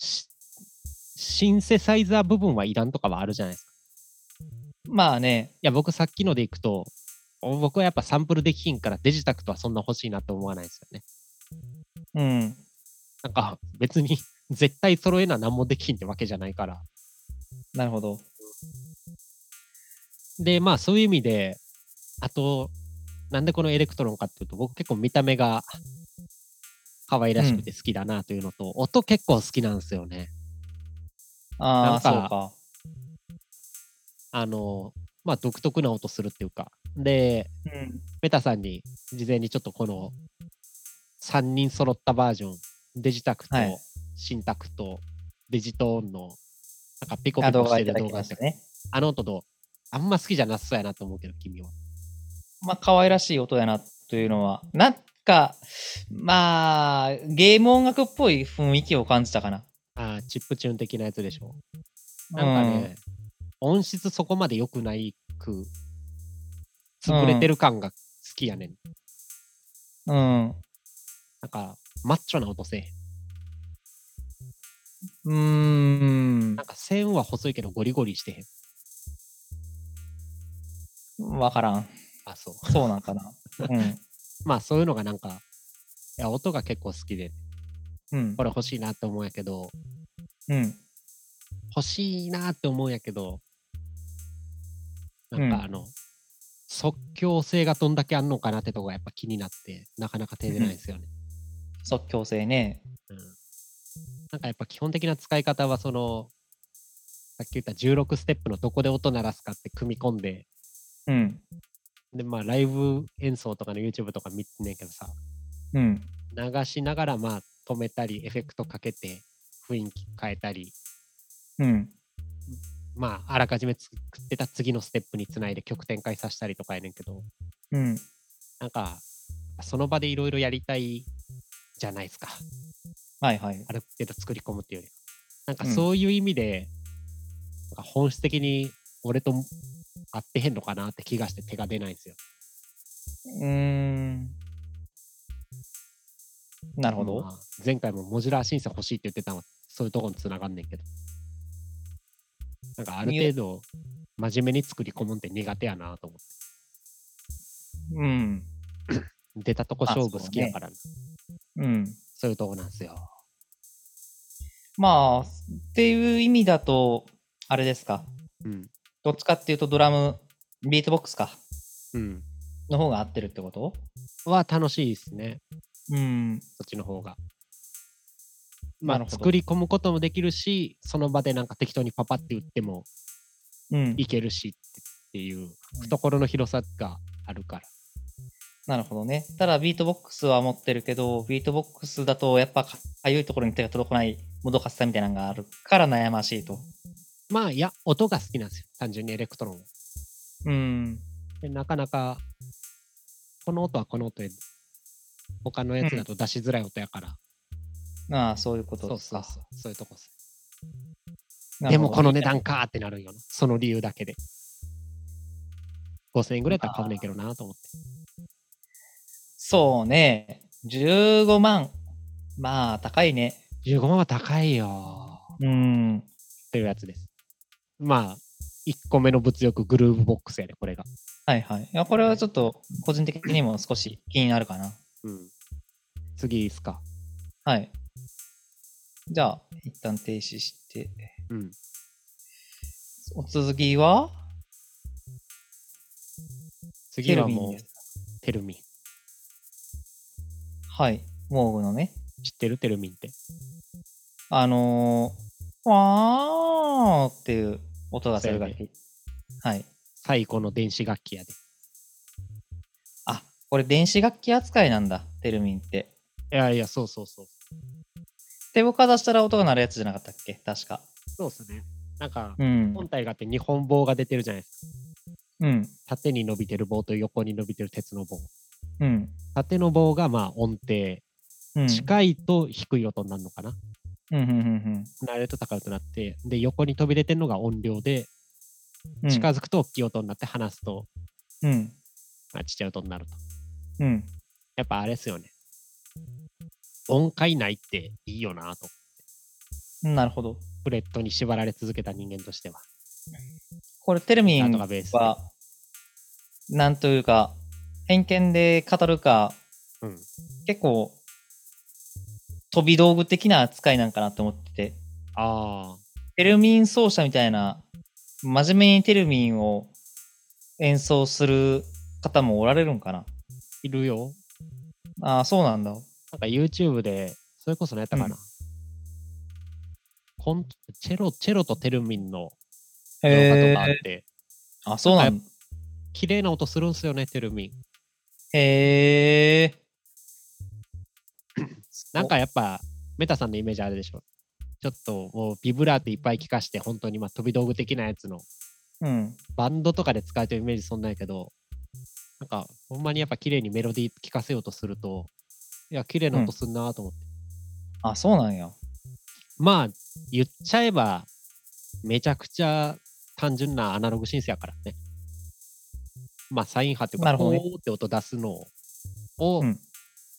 [SPEAKER 1] し、シンセサイザー部分はいらんとかはあるじゃないですか。
[SPEAKER 2] まあね、
[SPEAKER 1] いや、僕さっきのでいくと、お僕はやっぱサンプルできひんからデジタクトはそんな欲しいなと思わないですよね。
[SPEAKER 2] うん。
[SPEAKER 1] なんか別に絶対揃えな何もできんってわけじゃないから。
[SPEAKER 2] なるほど。
[SPEAKER 1] で、まあそういう意味で、あと、なんでこのエレクトロンかっていうと、僕結構見た目が可愛らしくて好きだなというのと、音結構好きなんですよね。な
[SPEAKER 2] あ
[SPEAKER 1] ん
[SPEAKER 2] あ、
[SPEAKER 1] か
[SPEAKER 2] そうか。
[SPEAKER 1] あの、まあ、独特な音するっていうか。で、
[SPEAKER 2] うん。
[SPEAKER 1] メタさんに事前にちょっとこの3人揃ったバージョン、デジタクと
[SPEAKER 2] はい、
[SPEAKER 1] シンタクと、デジトーンの、なんかピコ
[SPEAKER 2] あ
[SPEAKER 1] ピ
[SPEAKER 2] 動
[SPEAKER 1] コして
[SPEAKER 2] 画いた
[SPEAKER 1] る
[SPEAKER 2] だ
[SPEAKER 1] 動
[SPEAKER 2] き
[SPEAKER 1] 画
[SPEAKER 2] ま
[SPEAKER 1] っ、
[SPEAKER 2] してたね。
[SPEAKER 1] あの音と、あんま好きじゃなさそうやなと思うけど、君は。
[SPEAKER 2] まあ、可愛らしい音やなというのは、なんか、まあ、ゲーム音楽っぽい雰囲気を感じたかな。
[SPEAKER 1] ああ、チップチューン的なやつでしょ。なんかね、音質そこまで良くないく、潰れてる感が好きやねん。
[SPEAKER 2] うん。
[SPEAKER 1] なんか、マッチョな音せえへん。
[SPEAKER 2] うん。
[SPEAKER 1] なんか線は細いけどゴリゴリしてへん。
[SPEAKER 2] うん。わからん。
[SPEAKER 1] あ、そう。
[SPEAKER 2] そうなんかな。うん。
[SPEAKER 1] まあそういうのがなんか、いや音が結構好きで、
[SPEAKER 2] うん
[SPEAKER 1] こ。れ欲しいなって思うんやけど、
[SPEAKER 2] うん。
[SPEAKER 1] 欲しいなって思うんやけど、なん
[SPEAKER 2] うん
[SPEAKER 1] かあの、即興性がどんだけあんのかなってとこがやっぱ気になって、なかなか手出ないんですよね。
[SPEAKER 2] 即興性ね。
[SPEAKER 1] うんなんかやっぱ基本的な使い方は、その、さっき言った16ステップのどこで音鳴らすかって組み込んで、
[SPEAKER 2] うん。
[SPEAKER 1] で、まあライブ演奏とかの YouTube とか見てんねんけどさ、
[SPEAKER 2] うん。
[SPEAKER 1] 流しながらまあ止めたりエフェクトかけて雰囲気変えたり
[SPEAKER 2] うん。
[SPEAKER 1] まああらかじめ作ってた次のステップにつないで曲展開させたりとかやねんけど
[SPEAKER 2] うん。
[SPEAKER 1] なんかその場でいろいろやりたいじゃないですか
[SPEAKER 2] はいはい。
[SPEAKER 1] ある程度作り込むっていうよりなんか
[SPEAKER 2] うん
[SPEAKER 1] そういう意味で、なんか本質的に俺と合ってへんのかなって気がして手が出ないんですよ
[SPEAKER 2] うーん。なるほど。
[SPEAKER 1] まあ前回もモジュラー審査欲しいって言ってたのはそういうとこにつながんねんけどなんかある程度真面目に作り込むんって苦手やなと思って
[SPEAKER 2] うん。
[SPEAKER 1] 出たとこ勝負好きやからなそう,、
[SPEAKER 2] うん。
[SPEAKER 1] いうとこなんですよ
[SPEAKER 2] まあ、っていう意味だと、あれですか。
[SPEAKER 1] うん
[SPEAKER 2] どっちかっていうとドラム、ビートボックスか。
[SPEAKER 1] うん
[SPEAKER 2] の方が合ってるってこと
[SPEAKER 1] は楽しいですね
[SPEAKER 2] うん。
[SPEAKER 1] そっちの方がま
[SPEAKER 2] なる
[SPEAKER 1] あ
[SPEAKER 2] ほど
[SPEAKER 1] 作り込むこともできるしその場でなんか適当にパパって打っても
[SPEAKER 2] うん。
[SPEAKER 1] いけるしっていう
[SPEAKER 2] うん
[SPEAKER 1] 懐の広さがあるから
[SPEAKER 2] なるほどね。ただビートボックスは持ってるけど、ビートボックスだとやっぱかゆいところに手が届かないもどかしさみたいなのがあるから悩ましいと。
[SPEAKER 1] まあいや音が好きなんですよ単純にエレクトロンは
[SPEAKER 2] うん。
[SPEAKER 1] でなかなか、この音はこの音で、他のやつだと出しづらい音やから、
[SPEAKER 2] ああ、そういうこと
[SPEAKER 1] そ
[SPEAKER 2] で
[SPEAKER 1] う
[SPEAKER 2] す
[SPEAKER 1] そう
[SPEAKER 2] か。
[SPEAKER 1] そう、そういうとこっす。
[SPEAKER 2] な
[SPEAKER 1] で
[SPEAKER 2] るほど
[SPEAKER 1] もこの値段かーってなるよな、その理由だけで。5000円ぐらいやったら買うねんけどなと思って。
[SPEAKER 2] そうね。 15万。まあ、高いね。
[SPEAKER 1] 15万は高いよ。
[SPEAKER 2] うん。
[SPEAKER 1] というやつです。まあ、1個目の物欲、グルーブボックスやで、これが。
[SPEAKER 2] はいはい。いや、これはちょっと、個人的にも少し気になるかな。
[SPEAKER 1] うん。次いいっすか。
[SPEAKER 2] はい。じゃあ、一旦停止して。
[SPEAKER 1] うん。
[SPEAKER 2] お続きは
[SPEAKER 1] 次はも
[SPEAKER 2] ケルビンで
[SPEAKER 1] う、テルミン。
[SPEAKER 2] はい。モーグのね。
[SPEAKER 1] 知ってるテルミンって。
[SPEAKER 2] あのー、わーっていう音がする楽器。はい。
[SPEAKER 1] 最古の電子楽器やで。
[SPEAKER 2] あ、これ電子楽器扱いなんだ。テルミンって。
[SPEAKER 1] いやいや、そうそうそう。
[SPEAKER 2] 手をかざしたら音が鳴るやつじゃなかったっけ確か。
[SPEAKER 1] そうっすね。なんか、
[SPEAKER 2] うん。
[SPEAKER 1] 本体があって2本棒が出てるじゃないですか。
[SPEAKER 2] うん。
[SPEAKER 1] 縦に伸びてる棒と横に伸びてる鉄の棒。
[SPEAKER 2] うん。
[SPEAKER 1] 縦の棒がまあ音程。
[SPEAKER 2] うん。
[SPEAKER 1] 近いと低い音になるのかな。
[SPEAKER 2] うん。うん。うん
[SPEAKER 1] 慣れと高いとなって、で、横に飛び出てるのが音量で、
[SPEAKER 2] うん。
[SPEAKER 1] 近づくと大きい音になって、離すと、
[SPEAKER 2] うん。
[SPEAKER 1] まあ、ちっちゃい音になると。
[SPEAKER 2] うん。
[SPEAKER 1] やっぱあれですよね。音階ないっていいよなと。
[SPEAKER 2] うん。なるほど。
[SPEAKER 1] フレットに縛られ続けた人間としては。
[SPEAKER 2] これテルミ
[SPEAKER 1] なん
[SPEAKER 2] ン
[SPEAKER 1] とかベースで。
[SPEAKER 2] は、なんというか、偏見で語るか、
[SPEAKER 1] うん。
[SPEAKER 2] 結構、飛び道具的な扱いなんかなって思ってて、
[SPEAKER 1] ああ。
[SPEAKER 2] テルミン奏者みたいな、真面目にテルミンを演奏する方もおられるんかな。
[SPEAKER 1] いるよ。
[SPEAKER 2] ああ、そうなんだ。
[SPEAKER 1] なんか YouTube で、それこそ何やったかな。コンチェロ、チェロとテルミンの動画
[SPEAKER 2] へ
[SPEAKER 1] とかあっ
[SPEAKER 2] え。
[SPEAKER 1] て、
[SPEAKER 2] あ、そうなんだ。
[SPEAKER 1] 綺麗な音するんすよね、テルミン。
[SPEAKER 2] へえ。
[SPEAKER 1] なんかやっぱ、メタさんのイメージあれでしょ。ちょっともうビブラートいっぱい聞かして、本当にまあ飛び道具的なやつの、
[SPEAKER 2] うん。
[SPEAKER 1] バンドとかで使えてるイメージそんなんやけど、なんかほんまにやっぱ綺麗にメロディー聞かせようとすると、いや、綺麗な音すんなと思って。
[SPEAKER 2] あ、そうなんや。
[SPEAKER 1] まあ、言っちゃえば、めちゃくちゃ単純なアナログシンセやからね。まあ、サイン波っていうか、
[SPEAKER 2] なるほ
[SPEAKER 1] こ
[SPEAKER 2] ど
[SPEAKER 1] う
[SPEAKER 2] ね
[SPEAKER 1] って音出すのを、
[SPEAKER 2] うん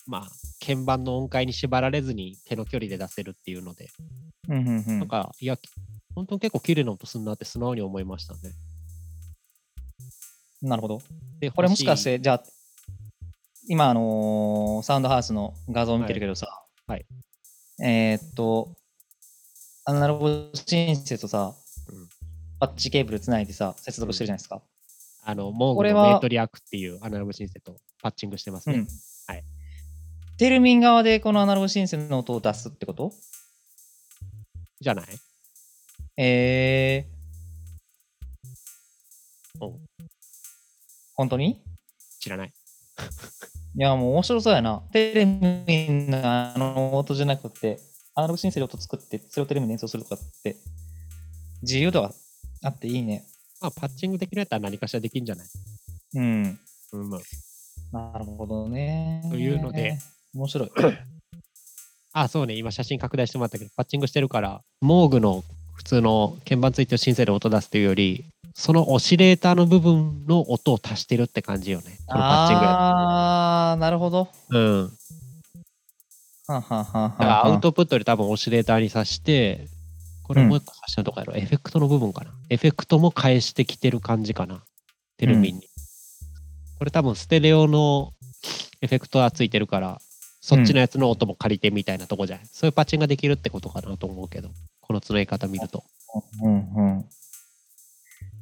[SPEAKER 1] まあ、鍵盤の音階に縛られずに手の距離で出せるっていうので、
[SPEAKER 2] うんうんうん。
[SPEAKER 1] なんか、いや、本当に結構綺麗な音すんなって素直に思いましたね。
[SPEAKER 2] なるほど。
[SPEAKER 1] で、、
[SPEAKER 2] これもしかしてて、じゃあ、今、あのーサウンドハウスの画像を見てるけどさ、
[SPEAKER 1] はい
[SPEAKER 2] えーっと、アナログシンセとさ、
[SPEAKER 1] うん
[SPEAKER 2] パッチケーブルつないでさ、接続してるじゃないですか。
[SPEAKER 1] あの、モー
[SPEAKER 2] こ
[SPEAKER 1] グ
[SPEAKER 2] れ
[SPEAKER 1] ル
[SPEAKER 2] は
[SPEAKER 1] のメートリアクっていうアナログシンセとパッチングしてますね。はい。
[SPEAKER 2] テルミン側でこのアナログシンセの音を出すってこと
[SPEAKER 1] じゃない
[SPEAKER 2] えー。
[SPEAKER 1] お
[SPEAKER 2] 本当に
[SPEAKER 1] 知らない。
[SPEAKER 2] いや、もう面白そうやな。テレビのあの音じゃなくて、アナログシンセで音作って、それをテレビで演奏するとかって、自由度があっていいね。
[SPEAKER 1] まあ、パッチングできるやったら何かしらできんじゃない
[SPEAKER 2] うん。
[SPEAKER 1] うん、うん。
[SPEAKER 2] なるほどね。
[SPEAKER 1] というので。
[SPEAKER 2] 面白 い。
[SPEAKER 1] あ、そうね、今写真拡大してもらったけど、パッチングしてるから、モーグの普通の鍵盤ついてるシンセで音出すというより、そのオシレーターの部分の音を足してるって感じよね。このパッチング
[SPEAKER 2] あー、なるほど。
[SPEAKER 1] うん。
[SPEAKER 2] はんはんはんはんはん
[SPEAKER 1] だからアウトプットで多分オシレーターに挿して、これもう一個足したとかやろ、エフェクトの部分かな。エフェクトも返してきてる感じかな。テルミンに。これ多分ステレオのエフェクトはついてるから、そっちのやつの音も借りてみたいなとこじゃない、そういうパッチングができるってことかなと思うけど、このつなぎ方見ると。
[SPEAKER 2] うんうん。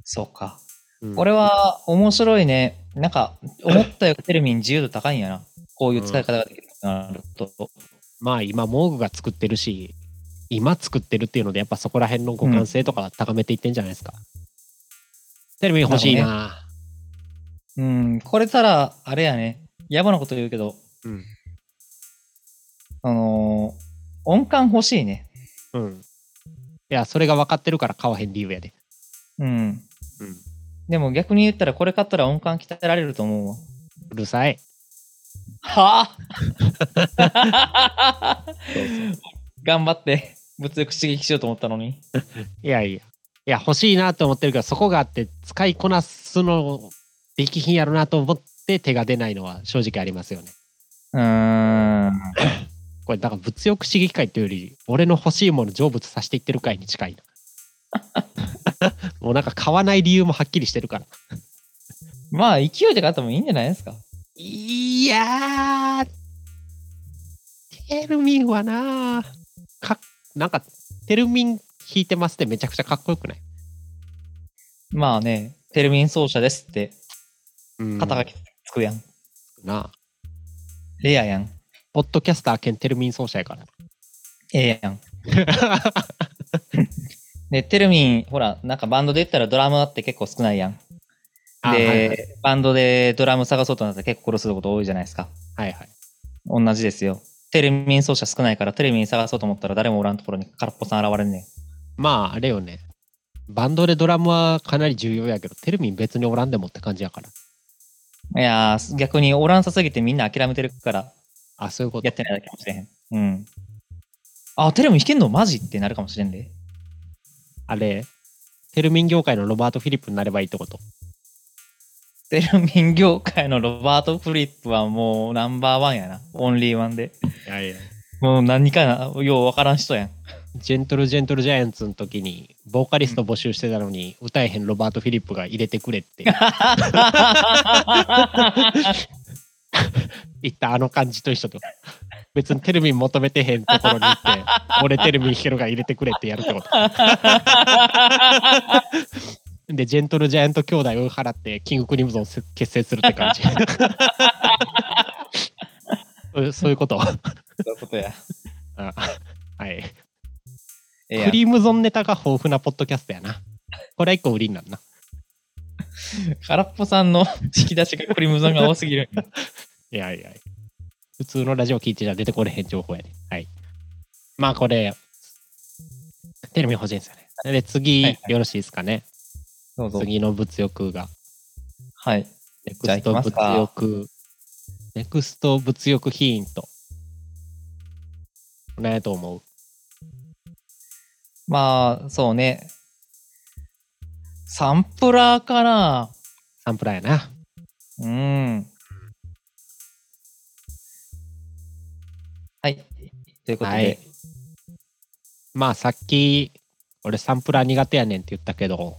[SPEAKER 2] そうか。
[SPEAKER 1] うん
[SPEAKER 2] これは面白いね。なんか、思ったよりテレビに自由度高いんやな。こういう使い方ができるようになると。
[SPEAKER 1] まあ今、モーグが作ってるし、今作ってるっていうので、やっぱそこら辺の互換性とか高めていってんじゃないですか。テレビ欲しいな。
[SPEAKER 2] うん、これたら、あれやね。野暮なこと言うけど、
[SPEAKER 1] うん。
[SPEAKER 2] あのー音感欲しいね。
[SPEAKER 1] うん。いや、それが分かってるから買わへん理由やで。
[SPEAKER 2] うん。
[SPEAKER 1] うん。
[SPEAKER 2] でも逆に言ったら、これ買ったら音感鍛えられると思うわ。
[SPEAKER 1] うるさい。
[SPEAKER 2] はあ 頑張って、物欲刺激しようと思ったのに。
[SPEAKER 1] いやいや。いや、欲しいなと思ってるけど、そこがあって、使いこなすの、できひんやろなと思って手が出ないのは正直ありますよね。
[SPEAKER 2] うーん。
[SPEAKER 1] これだから物欲刺激会というより俺の欲しいもの成仏させていってる会に近い なもうなんか買わない理由もはっきりしてるから
[SPEAKER 2] まあ、勢いで買ってもいいんじゃないですか。
[SPEAKER 1] いやーテルミンはなかなんかテルミン弾いてますってめちゃくちゃかっこよくない、
[SPEAKER 2] まあね、テルミン奏者ですって、
[SPEAKER 1] うん
[SPEAKER 2] 肩書きつくやん。
[SPEAKER 1] な
[SPEAKER 2] レアやん。
[SPEAKER 1] ポッドキャスター兼テルミン奏者や から
[SPEAKER 2] ええやん。で、テルミン、ほら、なんかバンドで言ったらドラムって結構少ないやん。
[SPEAKER 1] あ
[SPEAKER 2] で、
[SPEAKER 1] はいはい
[SPEAKER 2] バンドでドラム探そうとなったら結構殺すること多いじゃないですか。
[SPEAKER 1] はいはい
[SPEAKER 2] 同じですよ。テレミン奏者少ないから、テレミン探そうと思ったら誰もおらんところに空っぽさん現れんねん。
[SPEAKER 1] まああれよねバンドでドラムはかなり重要やけどテルミン別におらんでもって感じやから
[SPEAKER 2] いやー、逆におらんさすぎてみんな諦めてるから、
[SPEAKER 1] あそういうこと
[SPEAKER 2] やってないだけかもしれへん。うん。あ、テレミン弾けんのマジってなるかもしれんで。
[SPEAKER 1] あれテルミン業界のロバート・フィリップになればいいってこと
[SPEAKER 2] テレミン業界のロバート・フリップはもうナンバーワンやな。オンリーワンで。
[SPEAKER 1] いやいや
[SPEAKER 2] もう何かな、ようわからん人やん。
[SPEAKER 1] ジェントル・ジェントル・ジャイアンツの時にボーカリスト募集してたのに、歌えへんロバート・フィリップが入れてくれって言ったあの感じと一緒と別にテルミン求めてへんところに行って俺テルミン弾けるから入れてくれってやるってことでジェントル・ジャイアント兄弟を払ってキング・クリムゾンせ結成するって感じそうそういうこと
[SPEAKER 2] そういうことや。
[SPEAKER 1] あはい
[SPEAKER 2] ええや
[SPEAKER 1] ク
[SPEAKER 2] ん
[SPEAKER 1] リムゾンネタが豊富なポッドキャストやなこれは一個売りになるな
[SPEAKER 2] 空っぽさんの引き出しがクリムゾンが多す ぎる。
[SPEAKER 1] いやいやいや普通のラジオ聞いてじゃ出てこれへん情報やで、はい。まあこれ、テレビ欲しいんですよね。で、次、
[SPEAKER 2] はい
[SPEAKER 1] よろしいですかね。
[SPEAKER 2] どうぞ。
[SPEAKER 1] 次の物欲が。
[SPEAKER 2] はい。
[SPEAKER 1] ネク
[SPEAKER 2] じゃあ
[SPEAKER 1] ス
[SPEAKER 2] 行き
[SPEAKER 1] ト
[SPEAKER 2] ま
[SPEAKER 1] 物
[SPEAKER 2] すか
[SPEAKER 1] 欲。ネクスト物欲ヒント。何やと思う
[SPEAKER 2] まあ、そうね。サンプラーかな。
[SPEAKER 1] サンプラーやな。
[SPEAKER 2] うん。はい。ということで、
[SPEAKER 1] はいまあさっき、俺サンプラー苦手やねんって言ったけど、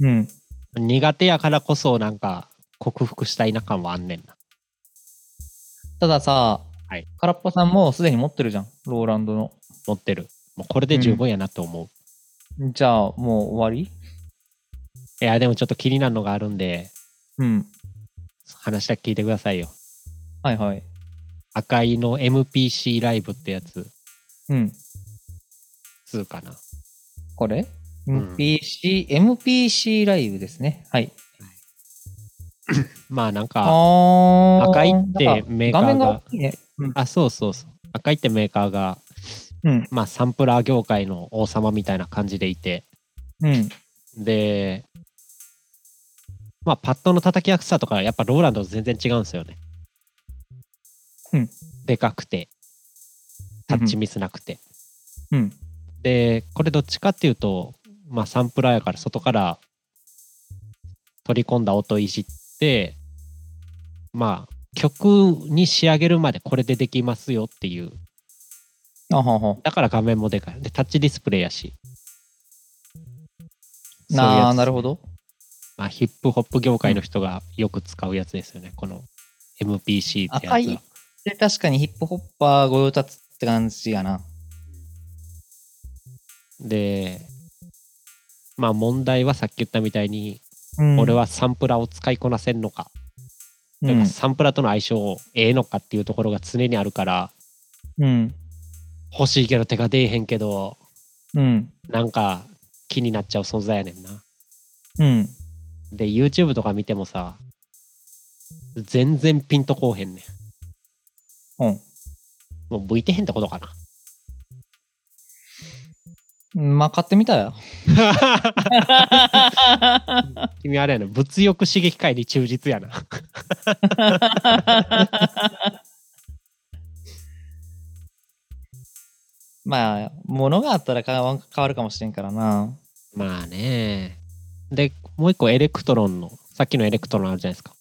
[SPEAKER 2] うん。
[SPEAKER 1] 苦手やからこそなんか克服したいな感はあんねんな。
[SPEAKER 2] たださ、
[SPEAKER 1] はい
[SPEAKER 2] 空っぽさんもうすでに持ってるじゃん。ローランドの。
[SPEAKER 1] 持ってる。もうこれで十分やなと思う。
[SPEAKER 2] じゃあ、もう終わり
[SPEAKER 1] いや、でもちょっと気になるのがあるんで、
[SPEAKER 2] うん。
[SPEAKER 1] 話だけ聞いてくださいよ。
[SPEAKER 2] はいはい。
[SPEAKER 1] 赤いの MPC ライブってやつ、
[SPEAKER 2] うん。
[SPEAKER 1] 2かな。
[SPEAKER 2] これ
[SPEAKER 1] ん
[SPEAKER 2] ?MPC、MPC ライブですね。はい。
[SPEAKER 1] まあなんか、
[SPEAKER 2] あ
[SPEAKER 1] 赤いってメーカーが
[SPEAKER 2] 画面が大きいね。
[SPEAKER 1] あ、そうそうそう。赤いってメーカーが、
[SPEAKER 2] うん。
[SPEAKER 1] まあサンプラー業界の王様みたいな感じでいて、
[SPEAKER 2] うん。
[SPEAKER 1] で、まあパッドの叩きやすさとか、やっぱローランドと全然違うんですよね。
[SPEAKER 2] うん。
[SPEAKER 1] でかくて、タッチミスなくて。
[SPEAKER 2] うん。
[SPEAKER 1] でこれどっちかっていうと、まあ、サンプラーやから外から取り込んだ音いじってまあ曲に仕上げるまでこれでできますよっていう
[SPEAKER 2] あはは。
[SPEAKER 1] だから画面もでかいでタッチディスプレイやし
[SPEAKER 2] なあ、なる
[SPEAKER 1] ど、
[SPEAKER 2] ほど。
[SPEAKER 1] まあ、ヒップホップ業界の人がよく使うやつですよね、この MPC ってやつは
[SPEAKER 2] 赤いで、確かにヒップホッパー御用達って感じやな。
[SPEAKER 1] でまあ問題はさっき言ったみたいに、
[SPEAKER 2] うん
[SPEAKER 1] 俺、はサンプラーを使いこなせんのか
[SPEAKER 2] う
[SPEAKER 1] なん
[SPEAKER 2] ん
[SPEAKER 1] か。サンプラーとの相性ええのかっていうところが常にあるから
[SPEAKER 2] うん。
[SPEAKER 1] 欲しいけど手が出えへんけど
[SPEAKER 2] うん。
[SPEAKER 1] なんか気になっちゃう存在やねんな
[SPEAKER 2] うん。
[SPEAKER 1] で YouTube とか見てもさ全然ピンとこうへんね
[SPEAKER 2] うん
[SPEAKER 1] んもう向いてへんってことかな
[SPEAKER 2] うん。まあ、買ってみたら。
[SPEAKER 1] 君あれやな物欲刺激界に忠実やな
[SPEAKER 2] まあ、物があったら変わん変わるかもしれんからな。
[SPEAKER 1] まあねでもう一個エレクトロンのさっきのエレクトロンあるじゃないですか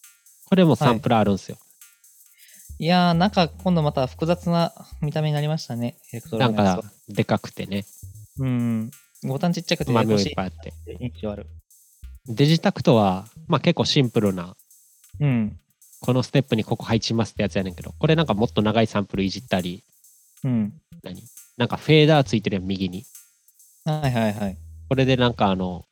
[SPEAKER 1] これもサンプラーあるんすよ、
[SPEAKER 2] いやー、なんか今度また複雑な見た目になりましたね、エレクトロ
[SPEAKER 1] な
[SPEAKER 2] ン
[SPEAKER 1] ん
[SPEAKER 2] のやつ
[SPEAKER 1] か
[SPEAKER 2] は。
[SPEAKER 1] でかくてね、
[SPEAKER 2] うん。ボタンちっちゃくて
[SPEAKER 1] まみ
[SPEAKER 2] や
[SPEAKER 1] も
[SPEAKER 2] やこ
[SPEAKER 1] い
[SPEAKER 2] し
[SPEAKER 1] っぱいあって。
[SPEAKER 2] い印象ある。
[SPEAKER 1] デジタクトは、まあ、結構シンプルな、
[SPEAKER 2] うん。
[SPEAKER 1] このステップにここ配置しますってやつやねんけど、これなんかもっと長いサンプルいじったり、
[SPEAKER 2] うん。
[SPEAKER 1] 何なんかフェーダーついてるやん、右に。
[SPEAKER 2] はいはいはい。
[SPEAKER 1] これでなんかあの、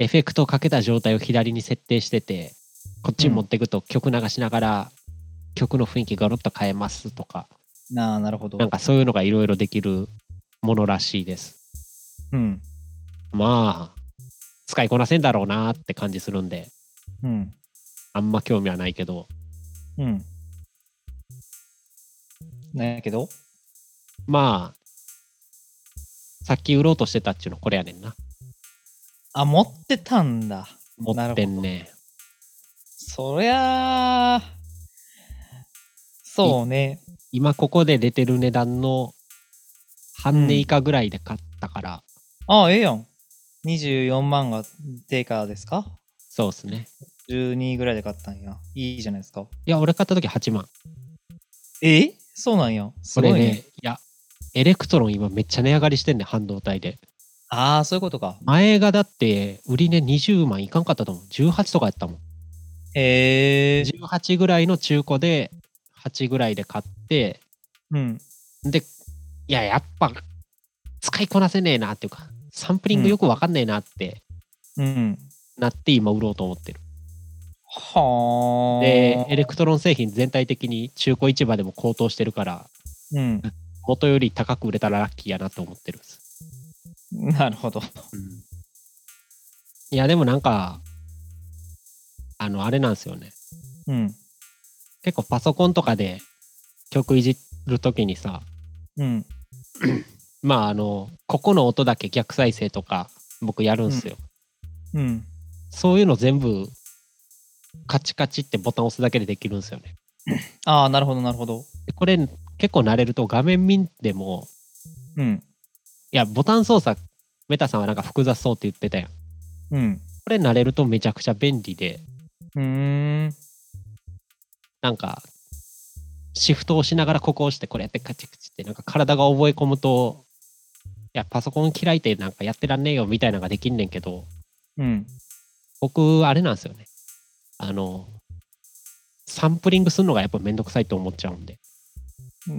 [SPEAKER 1] エフェクトをかけた状態を左に設定してて、こっちに持っていくと曲流しながら、曲の雰囲気ガロッと変えますとか、
[SPEAKER 2] なあ、なるほど。
[SPEAKER 1] なんかそういうのがいろいろできるものらしいです。
[SPEAKER 2] うん。
[SPEAKER 1] まあ、使いこなせんだろうなって感じするんで、
[SPEAKER 2] うん。
[SPEAKER 1] あんま興味はないけど、
[SPEAKER 2] うん。なんやけど
[SPEAKER 1] まあ、さっき売ろうとしてたっちゅうのこれやねんな。
[SPEAKER 2] あ、持ってたんだ。
[SPEAKER 1] 持ってんね。
[SPEAKER 2] そりゃあ、そうね。
[SPEAKER 1] 今ここで出てる値段の半値以下ぐらいで買ったから、
[SPEAKER 2] ああ、ええやん。24万が定価ですか
[SPEAKER 1] そうっすね。
[SPEAKER 2] ?12 ぐらいで買ったんや。いいじゃないですか。
[SPEAKER 1] いや、俺買った時8万。
[SPEAKER 2] えそうなんや。す
[SPEAKER 1] こ
[SPEAKER 2] ご
[SPEAKER 1] れ
[SPEAKER 2] い
[SPEAKER 1] ね、
[SPEAKER 2] ね。
[SPEAKER 1] いや、エレクトロン今めっちゃ値上がりしてんね半導体で。
[SPEAKER 2] ああ、そういうことか。
[SPEAKER 1] 前がだって、売り値20万いかんかったと思う。18とかやったもん。
[SPEAKER 2] へえ。
[SPEAKER 1] 18ぐらいの中古で、8ぐらいで買って、
[SPEAKER 2] うん。
[SPEAKER 1] で、いや、やっぱ、使いこなせねえなっていうか、サンプリングよくわかんねえなって
[SPEAKER 2] うん。
[SPEAKER 1] なって、今売ろうと思ってる。
[SPEAKER 2] はあ。
[SPEAKER 1] で、エレクトロン製品全体的に中古市場でも高騰してるから、
[SPEAKER 2] うん。
[SPEAKER 1] 元より高く売れたらラッキーやなと思ってるんです。
[SPEAKER 2] なるほど。
[SPEAKER 1] いや、でもなんか、あの、あれなんですよね。
[SPEAKER 2] うん。
[SPEAKER 1] 結構パソコンとかで曲いじるときにさ、
[SPEAKER 2] うん。
[SPEAKER 1] まあ、あの、ここの音だけ逆再生とか、僕やるんすよ。
[SPEAKER 2] うん。
[SPEAKER 1] そういうの全部、カチカチってボタン押すだけでできるんですよね。
[SPEAKER 2] ああ、なるほど、なるほど。
[SPEAKER 1] でこれ、結構慣れると画面見んでも、
[SPEAKER 2] うん。
[SPEAKER 1] いや、ボタン操作、メタさんはなんか複雑そうって言ってたやん。こ
[SPEAKER 2] うん。
[SPEAKER 1] れ慣れるとめちゃくちゃ便利で、
[SPEAKER 2] うーん。
[SPEAKER 1] なんか、シフトを押しながらここ押してこれやってカチカチって、なんか体が覚え込むと、いや、パソコン嫌いってなんかやってらんねえよみたいなのができんねんけど、
[SPEAKER 2] うん。
[SPEAKER 1] 僕、あれなんですよね。あの、サンプリングするのがやっぱめんどくさいと思っちゃうんで。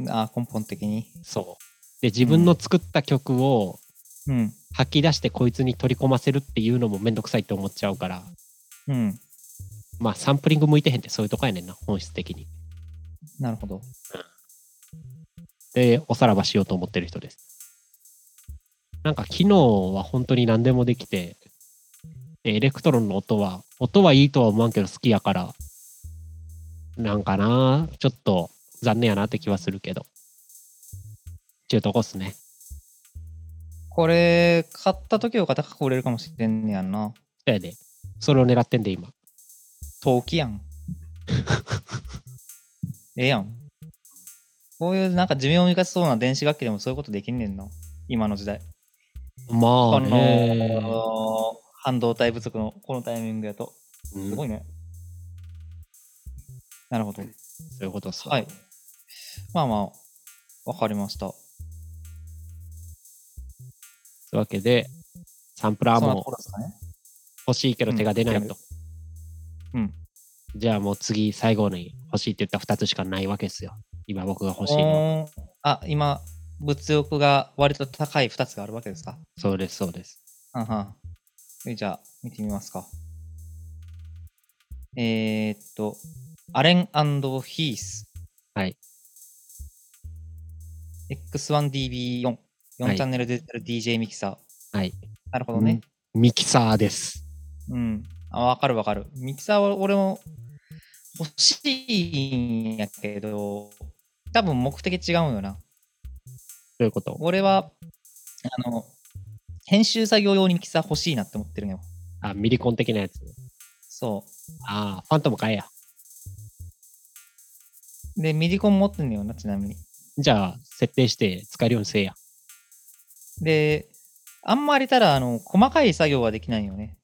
[SPEAKER 2] ああ、根本的に。
[SPEAKER 1] そう。で、自分の作った曲を
[SPEAKER 2] うん。
[SPEAKER 1] 吐き出してこいつに取り込ませるっていうのもめんどくさいと思っちゃうから、
[SPEAKER 2] うん。
[SPEAKER 1] まあ、サンプリング向いてへんってそういうとこやねんな、本質的に。
[SPEAKER 2] なるほど。
[SPEAKER 1] で、おさらばしようと思ってる人です。なんか、機能は本当に何でもできて、でエレクトロンの音は、音はいいとは思わんけど好きやから、なんかな、ちょっと残念やなって気はするけど。ちゅうとこっすね。
[SPEAKER 2] これ、買った時より高く売れるかもしれんねやんな。
[SPEAKER 1] そやで、それを狙ってんで、今。
[SPEAKER 2] 陶 器やん。ええやん。こういうなんか寿命を生かしそうな電子楽器でもそういうことできんねんな。今の時代。
[SPEAKER 1] まあ
[SPEAKER 2] こ
[SPEAKER 1] ね、
[SPEAKER 2] の半導体不足のこのタイミングやと。
[SPEAKER 1] うん
[SPEAKER 2] す
[SPEAKER 1] そ
[SPEAKER 2] ごいね。なるほど。
[SPEAKER 1] ういうことっすわ
[SPEAKER 2] はい。まあまあ、わかりました。
[SPEAKER 1] というわけで、サンプラー
[SPEAKER 2] そんな
[SPEAKER 1] も
[SPEAKER 2] ところですかね。
[SPEAKER 1] 欲しいけど手が出ないと。
[SPEAKER 2] うん。
[SPEAKER 1] じゃあもう次、最後に欲しいって言った2つしかないわけですよ。今僕が欲しいのは。
[SPEAKER 2] おーあ、今、物欲が割と高い2つがあるわけですか。
[SPEAKER 1] そうです、そうです。
[SPEAKER 2] うんはん。えじゃあ、見てみますか。えー、っと、アレンヒース。
[SPEAKER 1] はい。
[SPEAKER 2] X1DB4。4
[SPEAKER 1] はい
[SPEAKER 2] チャンネルデジタル DJ ミキサー。
[SPEAKER 1] はい。
[SPEAKER 2] なるほどね。
[SPEAKER 1] ミキサーです。
[SPEAKER 2] うん。あ、わかるわかる。ミキサーは俺も欲しいんやけど、多分目的違うんよな。
[SPEAKER 1] ということ。
[SPEAKER 2] 俺は、あの、編集作業用にミキサー欲しいなって思ってるのよ。
[SPEAKER 1] あ、ミリコン的なやつ。
[SPEAKER 2] そ
[SPEAKER 1] あーファントム買えや。
[SPEAKER 2] う。で、ミディコン持ってんのよな、ちなみに。
[SPEAKER 1] じゃあ、設定して使えるようにせえや。
[SPEAKER 2] で、あんまりたら、あの、細かい作業はできないよね。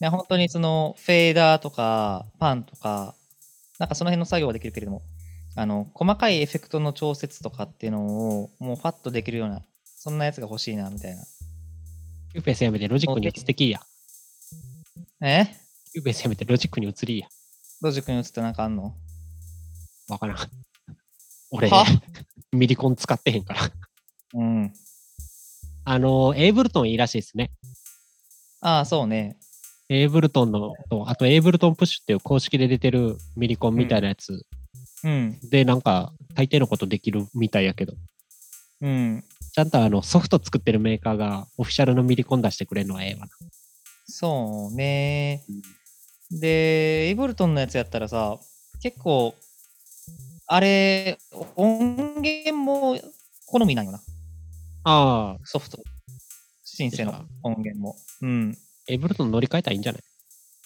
[SPEAKER 2] いや本当にその、フェーダーとか、パンとか、なんかその辺の作業はできるけれども、あの、細かいエフェクトの調節とかっていうのを、もうファッとできるような、そんなやつが欲しいな、みたいな。
[SPEAKER 1] キューペースやめてロジックに移ってきいや。
[SPEAKER 2] え
[SPEAKER 1] キューペースやめてロジックに移りいや。
[SPEAKER 2] ロジックに移ってなんかあんの
[SPEAKER 1] わ からん。俺
[SPEAKER 2] は、
[SPEAKER 1] ミリコン使ってへんから。
[SPEAKER 2] うん。
[SPEAKER 1] あの、エイブルトンいいらしいですね。
[SPEAKER 2] ああ、そうね。
[SPEAKER 1] エイブルトンのと、あとエイブルトンプッシュっていう公式で出てるミリコンみたいなやつ
[SPEAKER 2] うん。
[SPEAKER 1] で、なんか、大抵のことできるみたいやけど、
[SPEAKER 2] うん。
[SPEAKER 1] ちゃんとあの、ソフト作ってるメーカーがオフィシャルのミリコン出してくれるのはええわな。
[SPEAKER 2] そうね。で、エイブルトンのやつやったらさ、結構、あれ、音源も好みなんよな。
[SPEAKER 1] ああ、
[SPEAKER 2] ソフト。シンセの音源も。うん。
[SPEAKER 1] エイブルトン乗り換えたらいいんじゃない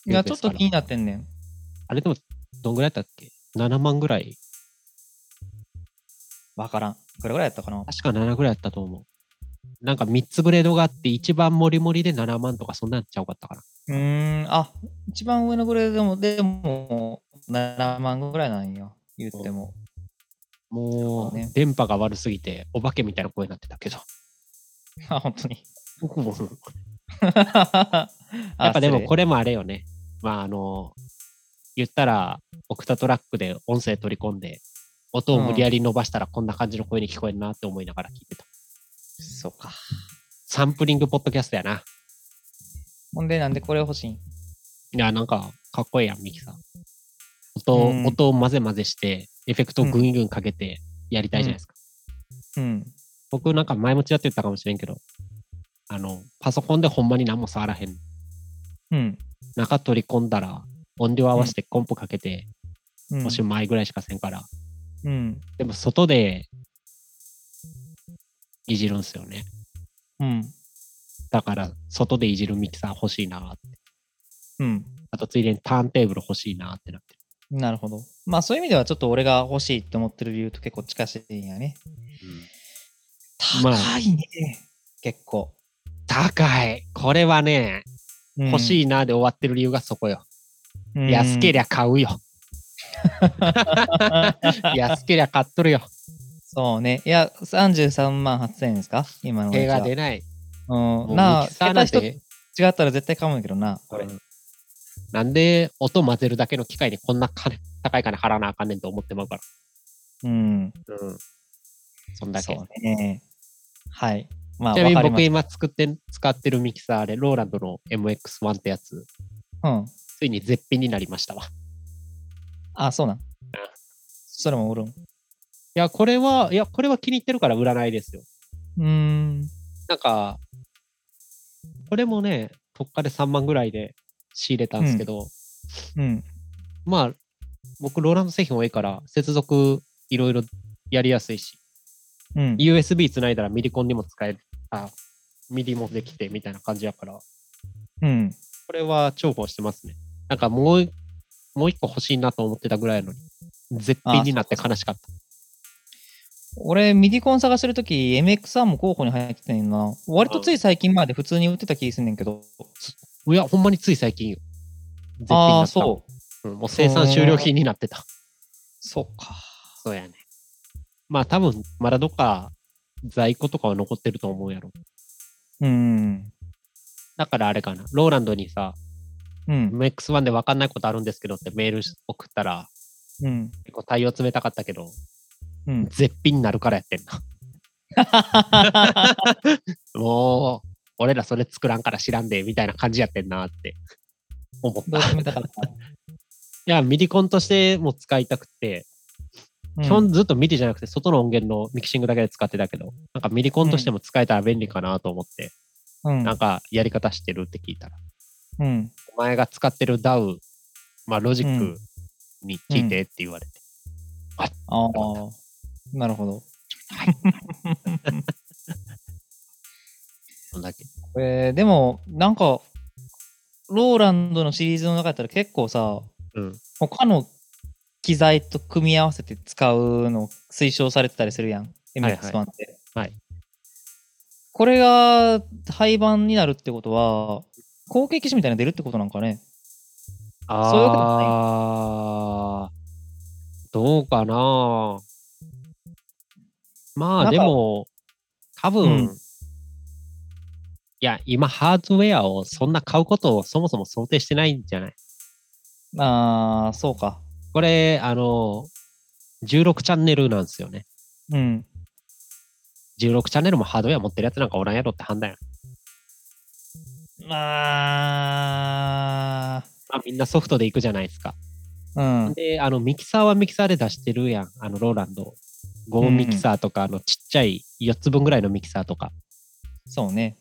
[SPEAKER 2] いや、ちょっと気になってんねん。
[SPEAKER 1] あれでも、どんぐらいだったっけ ?7 万ぐらい。
[SPEAKER 2] わからん。これぐらいやったかな。
[SPEAKER 1] 確か7ぐらいだったと思う。なんか3つブレードがあって、一番モリモリで7万とかそんなんちゃうかったかな。
[SPEAKER 2] うーん、あ、一番上のグレードも、でも、7万ぐらいなんよ。言っても。
[SPEAKER 1] も、
[SPEAKER 2] そううね
[SPEAKER 1] 電波が悪すぎて、お化けみたいな声になってたけど。
[SPEAKER 2] あ、本 当に。
[SPEAKER 1] 僕も、
[SPEAKER 2] や
[SPEAKER 1] やっぱでもこれもあれよね。まああの、言ったら、オクタトラックで音声取り込んで、音を無理やり伸ばしたらこんな感じの声に聞こえるなって思いながら聞いてた。
[SPEAKER 2] れ。そうか。
[SPEAKER 1] サンプリングポッドキャストやな。
[SPEAKER 2] ほんで、なんでこれ欲しいん
[SPEAKER 1] いや、なんか、かっこいいやん、ミキさん。音を、
[SPEAKER 2] うん
[SPEAKER 1] 音を混ぜ混ぜして、エフェクトをぐんぐんかけてやりたいじゃないですか。
[SPEAKER 2] うん。
[SPEAKER 1] 僕なんか前もちらって言ったかもしれんけど、あの、パソコンでほんまに何も触らへん。
[SPEAKER 2] うん。
[SPEAKER 1] 中取り込んだら、音量合わせてコンポかけて、
[SPEAKER 2] うん
[SPEAKER 1] もし前ぐらいしかせんから、
[SPEAKER 2] うん。
[SPEAKER 1] でも外でいじるんすよね。
[SPEAKER 2] うん。
[SPEAKER 1] だから、外でいじるミキサー欲しいなって。
[SPEAKER 2] うん。
[SPEAKER 1] あと、ついでにターンテーブル欲しいなってなってる。
[SPEAKER 2] なるほど。まあそういう意味ではちょっと俺が欲しいって思ってる理由と結構近しいんやね。
[SPEAKER 1] まあ
[SPEAKER 2] 高いね。結構。
[SPEAKER 1] 高いこれはね、欲
[SPEAKER 2] い。
[SPEAKER 1] しいなで終わってる理由がそこよ。
[SPEAKER 2] うん
[SPEAKER 1] 安けりゃ買うよ。安けりゃ買っと るよ。
[SPEAKER 2] そうね。いや、33万8000円ですか今の
[SPEAKER 1] 手
[SPEAKER 2] やつは
[SPEAKER 1] が出ない。
[SPEAKER 2] う。
[SPEAKER 1] もうん
[SPEAKER 2] なあ、
[SPEAKER 1] ミキサーな
[SPEAKER 2] 桁
[SPEAKER 1] ん
[SPEAKER 2] 一
[SPEAKER 1] て
[SPEAKER 2] つ違ったら絶対買うんやけどな、これ。
[SPEAKER 1] うんなんで音混ぜるだけの機械にこんな金高い金払わなあかんねんと思ってまうか
[SPEAKER 2] うん。
[SPEAKER 1] ら。うん。そんだけ。
[SPEAKER 2] そうね。はい。まあ、
[SPEAKER 1] ちなみ
[SPEAKER 2] わ
[SPEAKER 1] に
[SPEAKER 2] かりま
[SPEAKER 1] 僕
[SPEAKER 2] す。
[SPEAKER 1] 今作ってん使ってるミキサーで、ローランドの MX1 ってやつ、
[SPEAKER 2] うん。
[SPEAKER 1] ついに絶品になりましたわ。い
[SPEAKER 2] あ、そうなん。それもおるん。う
[SPEAKER 1] や、これは、いや、これは気に入ってるから売らないですよ。
[SPEAKER 2] ーん。
[SPEAKER 1] なんか、これもね、特価で3万ぐらいで仕入れたんですけど、
[SPEAKER 2] うん。
[SPEAKER 1] まあ、僕、ローランド製品多いから、接続いろいろやりやすいし、
[SPEAKER 2] うん。
[SPEAKER 1] USB つないだらミリコンにも使える、あ、ミリもできてみたいな感じやから、
[SPEAKER 2] うん。
[SPEAKER 1] これは重宝してますね。なんかもう、もう一個欲しいなと思ってたぐらいなのに、絶品になって悲しかった。
[SPEAKER 2] 俺、ミディコン探してるとき、MX1 も候補に入ってたんやな。割とつい最近まで普通に売ってた気すんねんけど。
[SPEAKER 1] いや、ほんまについ最近よ。絶品に
[SPEAKER 2] あ
[SPEAKER 1] な
[SPEAKER 2] あ、
[SPEAKER 1] った
[SPEAKER 2] そう。
[SPEAKER 1] うん。もう生産終了品になってた。
[SPEAKER 2] そうか。
[SPEAKER 1] そうやね。まあ多分、まだどっか在庫とかは残ってると思うやろ。
[SPEAKER 2] うん。
[SPEAKER 1] だからあれかな。ローランドにさ、
[SPEAKER 2] うん。
[SPEAKER 1] MX1 で分かんないことあるんですけどってメール送ったら、
[SPEAKER 2] うん。
[SPEAKER 1] 結構対応冷たかったけど、
[SPEAKER 2] うん。
[SPEAKER 1] 絶品になるからやってんな。もう、俺らそれ作らんから知らんで、みたいな感じやってんなって思っ
[SPEAKER 2] どう
[SPEAKER 1] た。
[SPEAKER 2] 決
[SPEAKER 1] い
[SPEAKER 2] めたかった。
[SPEAKER 1] や、ミディコンとしても使いたくて、
[SPEAKER 2] うん
[SPEAKER 1] 基本ずっとミディじゃなくて外の音源のミキシングだけで使ってたけど、なんかミディコンとしても使えたら便利かなと思って、
[SPEAKER 2] うん
[SPEAKER 1] なんかやり方知ってるって聞いたら、
[SPEAKER 2] うん。
[SPEAKER 1] お前が使ってる DAW、まあロジッ
[SPEAKER 2] う
[SPEAKER 1] クに聞いてって言われて、
[SPEAKER 2] ああ。なるほど。
[SPEAKER 1] そんだけ。
[SPEAKER 2] えー、でも、なんか、ローランドのシリーズの中やったら結構さ、
[SPEAKER 1] うん。
[SPEAKER 2] 他の機材と組み合わせて使うの推奨されてたりするやん、
[SPEAKER 1] はい
[SPEAKER 2] MX1 って。
[SPEAKER 1] はい
[SPEAKER 2] これが廃盤になるってことは、後継機種みたいなの出るってことなんかね。
[SPEAKER 1] あ
[SPEAKER 2] そういうわけでもない
[SPEAKER 1] あー、どうかなま
[SPEAKER 2] な
[SPEAKER 1] あ
[SPEAKER 2] んか
[SPEAKER 1] でも、多分、
[SPEAKER 2] うん
[SPEAKER 1] いや、今ハードウェアをそんな買うことをそもそも想定してないんじゃない
[SPEAKER 2] ああ、そうか。
[SPEAKER 1] これ、あの、16チャンネルなんですよね。
[SPEAKER 2] うん。
[SPEAKER 1] 16チャンネルもハードウェア持ってるやつなんかおらんやろって判断やん。
[SPEAKER 2] まあ、
[SPEAKER 1] まあ、みんなソフトで行くじゃないですか。
[SPEAKER 2] うん。
[SPEAKER 1] で、あの、ミキサーはミキサーで出してるやん。あの、ローランド。ゴムミキサーとか、あの、ちっちゃい4つ分ぐらいのミキサーとか。
[SPEAKER 2] そうね。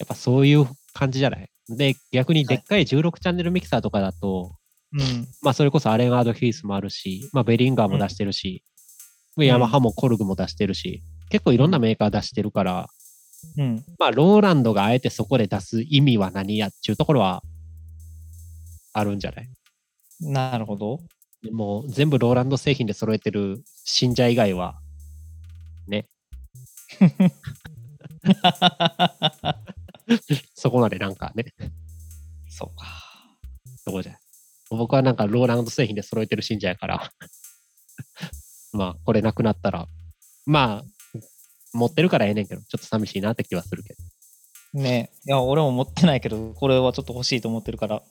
[SPEAKER 1] やっぱそういう感じじゃないで、逆にでっかい16チャンネルミキサーとかだと、
[SPEAKER 2] うん。
[SPEAKER 1] まあそれこそアレン・アード・ヒースもあるし、まあベリンガーも出してるし、
[SPEAKER 2] ん
[SPEAKER 1] ヤマハもコルグも出してるし、結構いろんなメーカー出してるから、
[SPEAKER 2] うん。
[SPEAKER 1] まあローランドがあえてそこで出す意味は何やっていうところはあるんじゃない
[SPEAKER 2] なるほど。
[SPEAKER 1] でもう全部ローランド製品で揃えてる信者以外は、そこまでなんかね、
[SPEAKER 2] そうか。
[SPEAKER 1] そこじゃない。僕はなんかローランド製品で揃えてる信者やから。 まあ、これなくなったら、まあ、持ってるからええねんけど、ちょっと寂しいなって気はするけど。
[SPEAKER 2] ねいや、俺も持ってないけど、これはちょっと欲しいと思ってるから、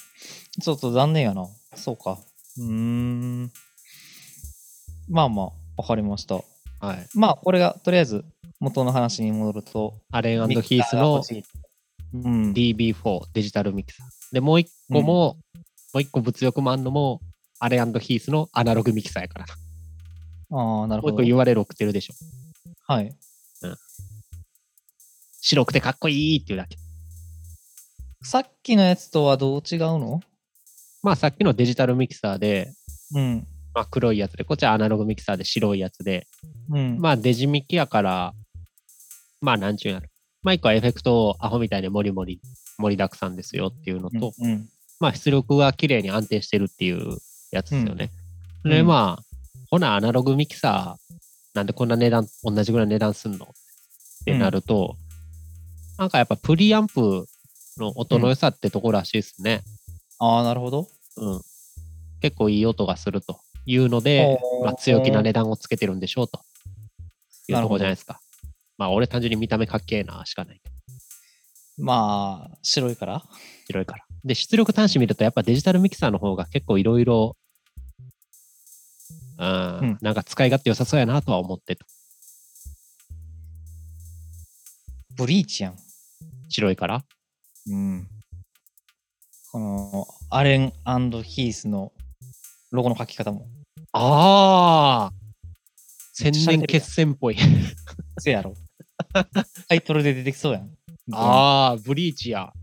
[SPEAKER 2] ちょっと残念やな。そうか。うーん。まあまあ、わかりました。
[SPEAKER 1] はい。
[SPEAKER 2] まあ、これが、とりあえず、元の話に戻ると、
[SPEAKER 1] アレン
[SPEAKER 2] ミ
[SPEAKER 1] ヒース
[SPEAKER 2] サーが
[SPEAKER 1] の
[SPEAKER 2] 欲しいうん。
[SPEAKER 1] DB4 デジタルミキサー。で、もう一個も、もう一個物欲もあんのも、アレンヒースのアナログミキサーやからな。
[SPEAKER 2] ああ、なる
[SPEAKER 1] もう
[SPEAKER 2] ほ
[SPEAKER 1] 一
[SPEAKER 2] ど
[SPEAKER 1] 個。URL 送ってるでしょ。
[SPEAKER 2] はい。
[SPEAKER 1] 白くてかっこいいっていうだけ。
[SPEAKER 2] さっきのやつとはどう違うの
[SPEAKER 1] まあ、さっきのデジタルミキサーで、
[SPEAKER 2] うん。
[SPEAKER 1] まあ、黒いやつで、こっちはアナログミキサーで白いやつで、
[SPEAKER 2] うん。
[SPEAKER 1] まあデジミキやから、まあなんちゅうんやろ。マイクはエフェクトをアホみたいにモリモリ盛りだくさんですよっていうのと、
[SPEAKER 2] うんうん。
[SPEAKER 1] まあ出力が綺麗に安定してるっていうやつですよね。
[SPEAKER 2] うん
[SPEAKER 1] で
[SPEAKER 2] うん
[SPEAKER 1] まあ、ほなアナログミキサーなんでこんな値段、同じぐらいの値段すんのってなると、なんかやっぱプリアンプの音の良さってところらしいですね。
[SPEAKER 2] ああ、なるほど。
[SPEAKER 1] うん。結構いい音がするというので、
[SPEAKER 2] おー
[SPEAKER 1] まあ、強気な値段をつけてるんでしょうというところじゃないですか。まあ、俺単純に見た目かっけえなしかない。
[SPEAKER 2] まあ、白いから。
[SPEAKER 1] 広いから。で、出力端子見ると、やっぱデジタルミキサーの方が結構いろいろ、う
[SPEAKER 2] うんん、
[SPEAKER 1] なんか使い勝手良さそうやなとは思ってる。
[SPEAKER 2] ブリーチやん。
[SPEAKER 1] 白いから。
[SPEAKER 2] うん。この、アレンヒースのロゴの書き方も、
[SPEAKER 1] ああ千年
[SPEAKER 2] めっちゃ
[SPEAKER 1] 決戦っぽい。
[SPEAKER 2] せやろ。タイトルで出てきそうやん。
[SPEAKER 1] ああ、ブリーチや。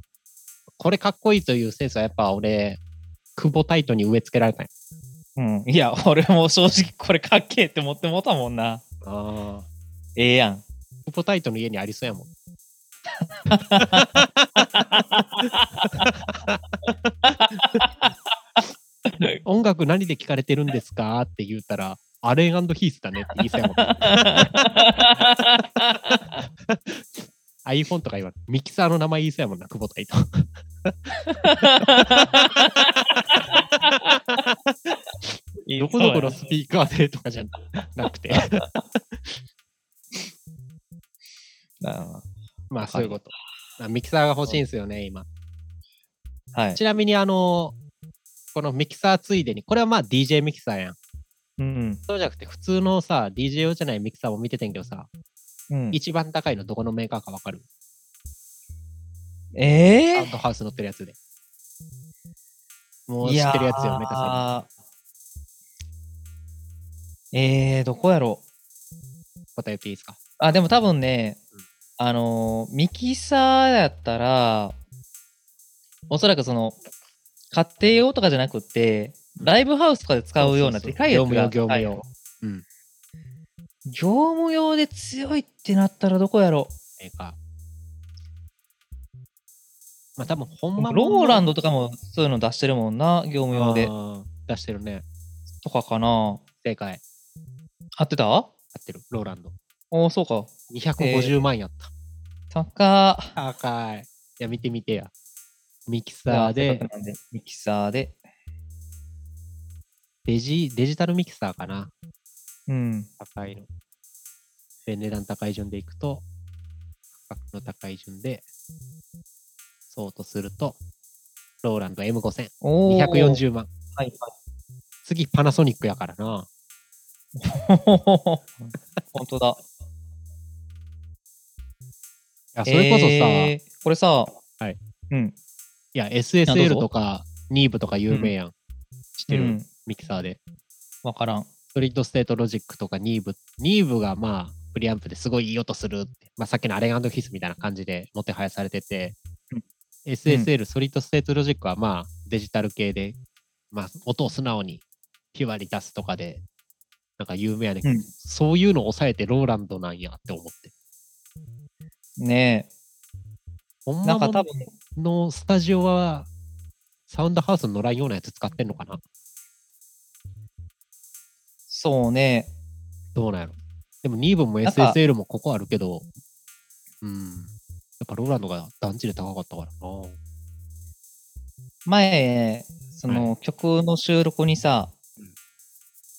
[SPEAKER 1] これかっこいいというセンスはやっぱ俺、久保タイトに植え付けられたんや
[SPEAKER 2] うん。いや、俺も正直これかっけえって思ってもうたもんな。
[SPEAKER 1] ああ。
[SPEAKER 2] ええや ん。
[SPEAKER 1] クポタイトの家にありそうやもん。音楽何で聴かれてるんですかって言ったら、アレンヒースだねって言いそうやもん。iPhone とか言われミキサーの名前言いそうやもんな、クボタイト。どこどこのスピーカーでとかじゃなくて。
[SPEAKER 2] あ
[SPEAKER 1] まあそういうこと。あミキサーが欲しいんですよね、今。
[SPEAKER 2] ーはい。
[SPEAKER 1] ちなみに、あの、このミキサーついでに、これはまあ DJ ミキサーやん。
[SPEAKER 2] うん。
[SPEAKER 1] そうじゃなくて、普通のさ、DJ 用じゃないミキサーも見ててんけどさ、
[SPEAKER 2] うん、
[SPEAKER 1] 一番高いのどこのメーカーかわかる
[SPEAKER 2] え
[SPEAKER 1] ア
[SPEAKER 2] え
[SPEAKER 1] ウトハウス乗ってるやつで。もう知ってるやつよね、か
[SPEAKER 2] いやーえー、どこやろ
[SPEAKER 1] さ答えていいですか
[SPEAKER 2] あ、でも多分ね
[SPEAKER 1] うん、
[SPEAKER 2] あのーミキサーやったら、おそらくその、家庭用とかじゃなくて、ライブハウスとかで使うようなでかいやつ
[SPEAKER 1] 業
[SPEAKER 2] が
[SPEAKER 1] 務用
[SPEAKER 2] はい
[SPEAKER 1] 業務用うん
[SPEAKER 2] 業務用で強いってなったらどこやろ
[SPEAKER 1] メーカー。まあ多分、ほんま
[SPEAKER 2] ローラン
[SPEAKER 1] ド
[SPEAKER 2] ドとかもそういうの出してるもんな、業務用で。
[SPEAKER 1] 出してるね。
[SPEAKER 2] とかかな。
[SPEAKER 1] 正解。
[SPEAKER 2] 合ってた
[SPEAKER 1] 合ってる。ローランド。
[SPEAKER 2] おお、そうか。
[SPEAKER 1] 250万やった。
[SPEAKER 2] 高ー。
[SPEAKER 1] 高い。いや、見てみてや。ミキサーで、
[SPEAKER 2] ミキサーで。
[SPEAKER 1] デジ、デジタルミキサーかな。
[SPEAKER 2] うん。
[SPEAKER 1] 高いの。で、値段高い順でいくと、価格の高い順で、そうとすると、ローランド M5000、
[SPEAKER 2] おー。
[SPEAKER 1] 240万。
[SPEAKER 2] はい
[SPEAKER 1] 次、パナソニックやからな。
[SPEAKER 2] はい。 本当だ。
[SPEAKER 1] いや、それこそさ、
[SPEAKER 2] えーこれさ、
[SPEAKER 1] はい。
[SPEAKER 2] うん。
[SPEAKER 1] いや、
[SPEAKER 2] あどう
[SPEAKER 1] SSL
[SPEAKER 2] ぞ
[SPEAKER 1] とか、ニーブとか有名やん。知ってる、
[SPEAKER 2] うん。
[SPEAKER 1] ミキサーで。
[SPEAKER 2] わからん。
[SPEAKER 1] ストリートステートロジックとかニーブ。ニーブがまあ、プリアンプですごいいい音するって。まあ、さっきのアレンヒスみたいな感じでもてはやされてて、
[SPEAKER 2] うん
[SPEAKER 1] SSL、ストリートステートロジックはまあ、デジタル系で、まあ、音を素直にピュアに出すとかで、なんか有名やねんけど、
[SPEAKER 2] うん
[SPEAKER 1] そういうのを抑えてローランドなんやって思って。
[SPEAKER 2] ね
[SPEAKER 1] ほん
[SPEAKER 2] え。な
[SPEAKER 1] ま
[SPEAKER 2] んか多分、
[SPEAKER 1] のスタジオは、サウンドハウスの乗らんようなやつ使ってんのかな
[SPEAKER 2] そうね。
[SPEAKER 1] どうなんやろでもニーブも
[SPEAKER 2] なんか
[SPEAKER 1] SSL もここあるけど、うん。やっぱローランドが団地で高かったからな。
[SPEAKER 2] 前、その、
[SPEAKER 1] は
[SPEAKER 2] 曲の収録にさ
[SPEAKER 1] うん、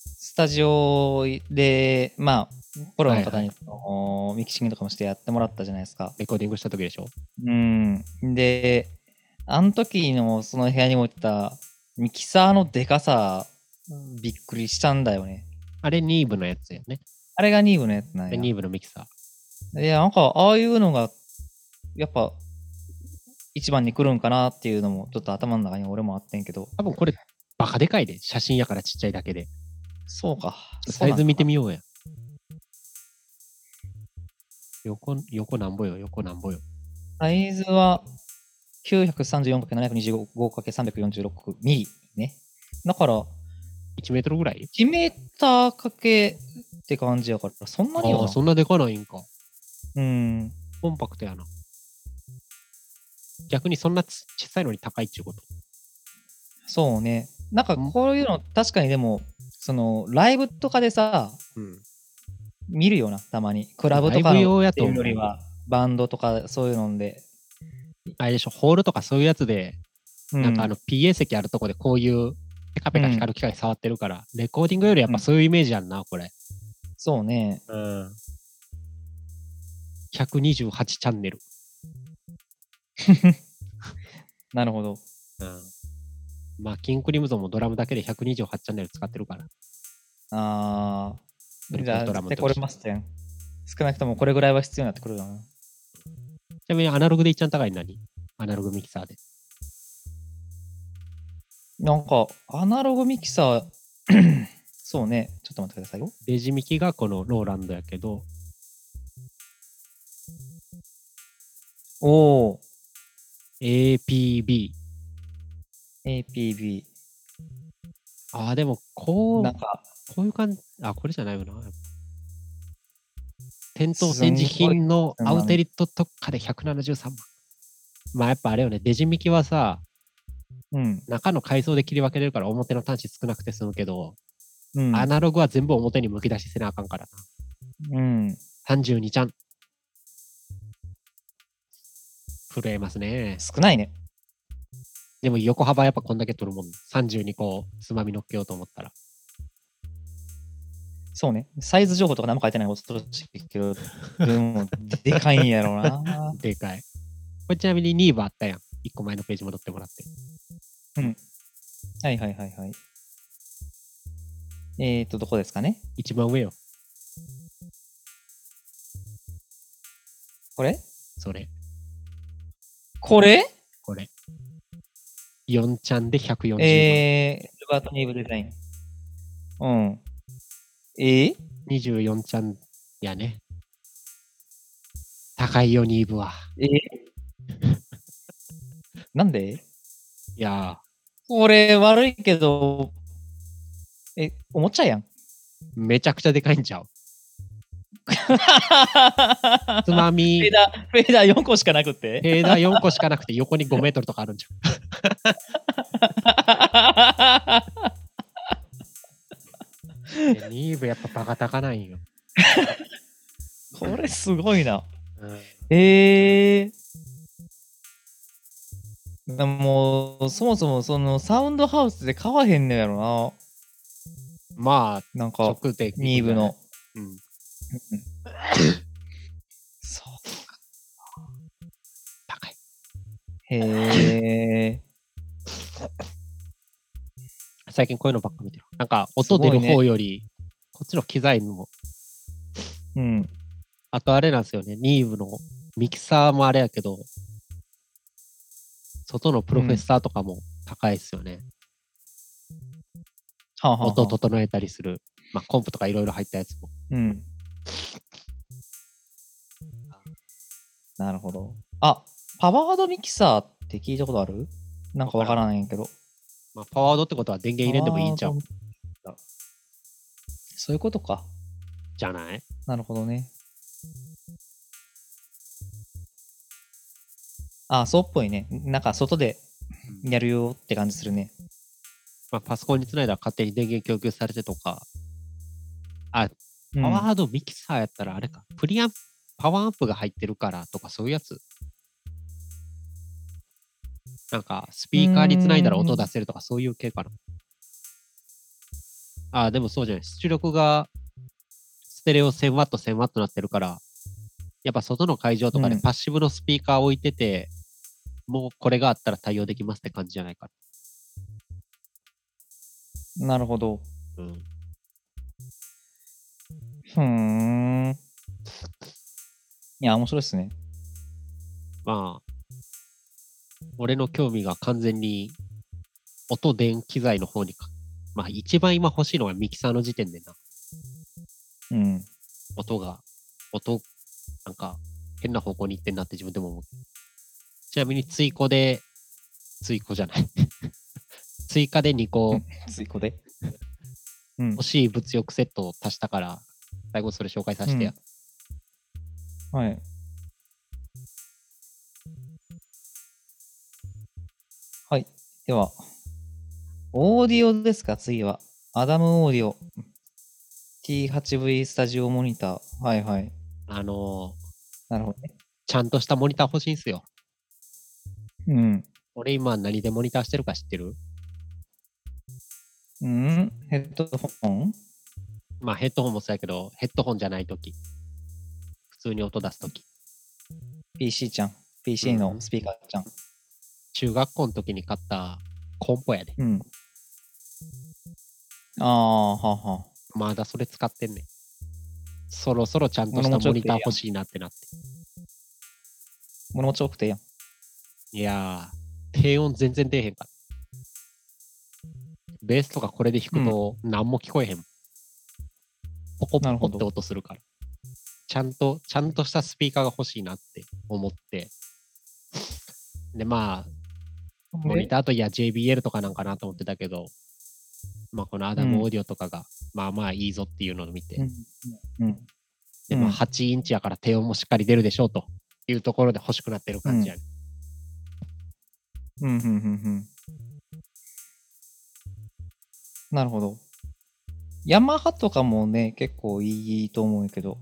[SPEAKER 2] スタジオで、まあ、プロの
[SPEAKER 1] は
[SPEAKER 2] 方
[SPEAKER 1] い
[SPEAKER 2] に、そのミキシングとかもしてやってもらったじゃないですか。
[SPEAKER 1] レコーディングした時でしょ
[SPEAKER 2] うん。で、あの時のその部屋に置いてたミキサーのでかさ、びっくりしたんだよね。
[SPEAKER 1] あれニーブのやつやね。
[SPEAKER 2] あれがニーブのやつな
[SPEAKER 1] あ
[SPEAKER 2] ん
[SPEAKER 1] れ
[SPEAKER 2] や。
[SPEAKER 1] ニーブのミキサー。
[SPEAKER 2] いや、なんか、ああいうのが、やっぱ、一番に来るんかなっていうのも、ちょっと頭の中に俺もあってんけど、
[SPEAKER 1] 多分これバカでかいで。写真やからちっちゃいだけで。
[SPEAKER 2] そうか。
[SPEAKER 1] サイズ見て
[SPEAKER 2] み
[SPEAKER 1] みようや。横、横なんぼよ、横なんぼよ。
[SPEAKER 2] サイズは、934×725×346 ミリね。だから、
[SPEAKER 1] 1メートルぐらい
[SPEAKER 2] 1メーターかけって感じやから、そんなによ
[SPEAKER 1] ああ、
[SPEAKER 2] な。
[SPEAKER 1] そんなでかないんか。
[SPEAKER 2] うん。
[SPEAKER 1] コンパクトやな。逆にそんなち小さいのに高いっちゅうこと。
[SPEAKER 2] そうね。なんか、こういうの、確かにでも、その、ライブとかでさ、
[SPEAKER 1] うん。
[SPEAKER 2] 見るよな、たまに。クラブと
[SPEAKER 1] ラ
[SPEAKER 2] か
[SPEAKER 1] イブ
[SPEAKER 2] の
[SPEAKER 1] 用や
[SPEAKER 2] っ
[SPEAKER 1] と
[SPEAKER 2] てい
[SPEAKER 1] 思
[SPEAKER 2] う
[SPEAKER 1] う
[SPEAKER 2] よりは、バンドとかそういうので。
[SPEAKER 1] あれでしょ、ホールとかそういうやつで、なんかあの PA 席あるとこでこういうペカペカ光る機械触ってるから、レコーディングよりやっぱそういうイメージやんな、これ。
[SPEAKER 2] そうね。
[SPEAKER 1] うん。128チャンネル。
[SPEAKER 2] なるほど。
[SPEAKER 1] うん。まあ、キングクリムゾンもドラムだけで128チャンネル使ってるから。
[SPEAKER 2] あー。じ
[SPEAKER 1] ト
[SPEAKER 2] ゃあ、
[SPEAKER 1] リプルドラ
[SPEAKER 2] 絶
[SPEAKER 1] ムの
[SPEAKER 2] 対
[SPEAKER 1] 時
[SPEAKER 2] これマステン。少なくともこれぐらいは必要になってくるよな。
[SPEAKER 1] ちなみにアナログで一番高いの何アナログミキサーで。
[SPEAKER 2] なんか、アナログミキサー、 そうね。ちょっと待ってくださいよ。
[SPEAKER 1] デジミキがこのローランドやけど、
[SPEAKER 2] おー。
[SPEAKER 1] APB。
[SPEAKER 2] APB。
[SPEAKER 1] ああ、でもこう
[SPEAKER 2] な、んか、
[SPEAKER 1] こういう感じ、あ、これじゃないよな。店頭展示品の
[SPEAKER 2] すんごい
[SPEAKER 1] アウトリット特価で173万。まあやっぱあれよね、デジミキはさ、
[SPEAKER 2] うん。
[SPEAKER 1] 中の階層で切り分けれるから表の端子少なくて済むけど、
[SPEAKER 2] うん。
[SPEAKER 1] アナログは全部表にむき出しせなあかんから
[SPEAKER 2] うん。
[SPEAKER 1] な。32ちゃん。震えますね。
[SPEAKER 2] 少ないね。
[SPEAKER 1] でも横幅やっぱこんだけ取るもん、ね。32個つまみ乗っけようと思ったら。
[SPEAKER 2] そうね。サイズ情報とか何も書いてない恐ろしいけど、でも、でかいんやろう な。
[SPEAKER 1] でかい。これちなみにニーバあったやん。1個前のページ戻ってもらって。
[SPEAKER 2] はいはいはいはい。えーと、どこですかね
[SPEAKER 1] 一番上よ、
[SPEAKER 2] これ
[SPEAKER 1] それ。
[SPEAKER 2] これ
[SPEAKER 1] これ。4ちゃんで140万。
[SPEAKER 2] えー、ルバート・ニーブデザイン。うん。えー、
[SPEAKER 1] 24ちゃんやね。高いよ、ニーブは。
[SPEAKER 2] えー なんで
[SPEAKER 1] いや
[SPEAKER 2] これ悪いけど、え、おもちゃ やん。
[SPEAKER 1] ー、めちゃくちゃでかいんちゃう。つま
[SPEAKER 2] フ
[SPEAKER 1] み
[SPEAKER 2] ェー、ダー、フェーダー4個しかなくて。
[SPEAKER 1] ヘーダー4個しかなくて横に5メートルとかあるんちゃう。いやニーブやっぱバカ高ないんよ。
[SPEAKER 2] これすごいな。
[SPEAKER 1] うん
[SPEAKER 2] えー。でも、そもそもそのサウンドハウスで買わへんのやろ
[SPEAKER 1] まあ、
[SPEAKER 2] なんか、
[SPEAKER 1] 直で。
[SPEAKER 2] ニーブの。
[SPEAKER 1] うん。
[SPEAKER 2] そう。
[SPEAKER 1] 高い。
[SPEAKER 2] へえ。
[SPEAKER 1] 最近こういうのばっか見てる。なんか、
[SPEAKER 2] すご
[SPEAKER 1] 音
[SPEAKER 2] いね
[SPEAKER 1] 出る方より、こっちの機材も、
[SPEAKER 2] うん。
[SPEAKER 1] あとあれなんですよね、ニーブのミキサーもあれやけど、外のプロフェッサーとかも高いですよね。
[SPEAKER 2] はあ、はあはあ
[SPEAKER 1] 音を整えたりする。まあ、コンプとかいろいろ入ったやつも。
[SPEAKER 2] うん。なるほど。あ、パワードミキサーって聞いたことあるなんかわからないんやけど。
[SPEAKER 1] まあ、パワードってことは電源入れんでもいいんじゃ
[SPEAKER 2] パ
[SPEAKER 1] ん
[SPEAKER 2] ワー。ドミキサーそういうことか。
[SPEAKER 1] じゃない
[SPEAKER 2] なるほどね。あ、そうっぽいね。なんか外で
[SPEAKER 1] うん
[SPEAKER 2] やるよって感じするね。
[SPEAKER 1] まあ、パソコンにつないだら勝手に電源供給されてとか、
[SPEAKER 2] うん
[SPEAKER 1] パワードミキサーやったらあれか、プリアンプ、パワーアンプが入ってるからとかそういうやつ。なんか、スピーカーにつないだら音出せるとかそういう系かな。ああ、でもそうじゃない。出力がステレオ 1000W、1000W になってるから、やっぱ外の会場とかで
[SPEAKER 2] うん
[SPEAKER 1] パッシブのスピーカー置いてて、もうこれがあったら対応できますって感じじゃないか
[SPEAKER 2] なるほど。
[SPEAKER 1] な。うん。
[SPEAKER 2] ふーん。いや、面白いっすね。
[SPEAKER 1] まあ、俺の興味が完全に音電機材の方にか。まあ一番今欲しいのはミキサーの時点でな。
[SPEAKER 2] うん。
[SPEAKER 1] 音が、音、なんか変な方向に行ってんなって自分でも思う。ちなみに追加で、追加じゃない。 追加で2
[SPEAKER 2] う
[SPEAKER 1] 個
[SPEAKER 2] んついこで。うん
[SPEAKER 1] 欲。しい物欲セットを足したから、最後それ紹介させてや。
[SPEAKER 2] はい。はい。では、オーディオですか、次は。アダムオーディオ。T8V スタジオモニター。はいはい。
[SPEAKER 1] あのー
[SPEAKER 2] なるほどね。
[SPEAKER 1] ちゃんとしたモニター欲しいんすよ。
[SPEAKER 2] うん。
[SPEAKER 1] 俺今何でモニターしてるか知ってる
[SPEAKER 2] うんヘッドホン
[SPEAKER 1] まあヘッドホンもそうやけど、ヘッドホンじゃないとき。普通に音出すとき。
[SPEAKER 2] ?PC ちゃん。PC のスピーカーちゃん。
[SPEAKER 1] 中学校の時に買ったコンポやで。
[SPEAKER 2] うん。ああ、はあはあ。
[SPEAKER 1] まだそれ使ってんねん。そろそろちゃんとし
[SPEAKER 2] 俺
[SPEAKER 1] た
[SPEAKER 2] もち
[SPEAKER 1] モ
[SPEAKER 2] ょっと
[SPEAKER 1] ニター欲しいなってなって。
[SPEAKER 2] 物持ち多くてええやん。
[SPEAKER 1] いやー、低音全然出えへんから。ベースとかこれで弾くと何も聞こえへん。ポコ
[SPEAKER 2] なる
[SPEAKER 1] ポコ
[SPEAKER 2] ほ
[SPEAKER 1] って
[SPEAKER 2] ど
[SPEAKER 1] 音するから。ちゃんと、ちゃんとしたスピーカーが欲しいなって思って。で、まあ、モニターといや JBL とかなんかなと思ってたけど、まあこのアダムオーディオとかが、まあまあいいぞっていうのを見て、
[SPEAKER 2] うん。うん。
[SPEAKER 1] でま
[SPEAKER 2] う
[SPEAKER 1] あ
[SPEAKER 2] ん
[SPEAKER 1] 8インチやから低音もしっかり出るでしょうというところで欲しくなってる感じやね。
[SPEAKER 2] うんうんうんうん。なるほど。ヤマハとかもね、結構いいと思うけど。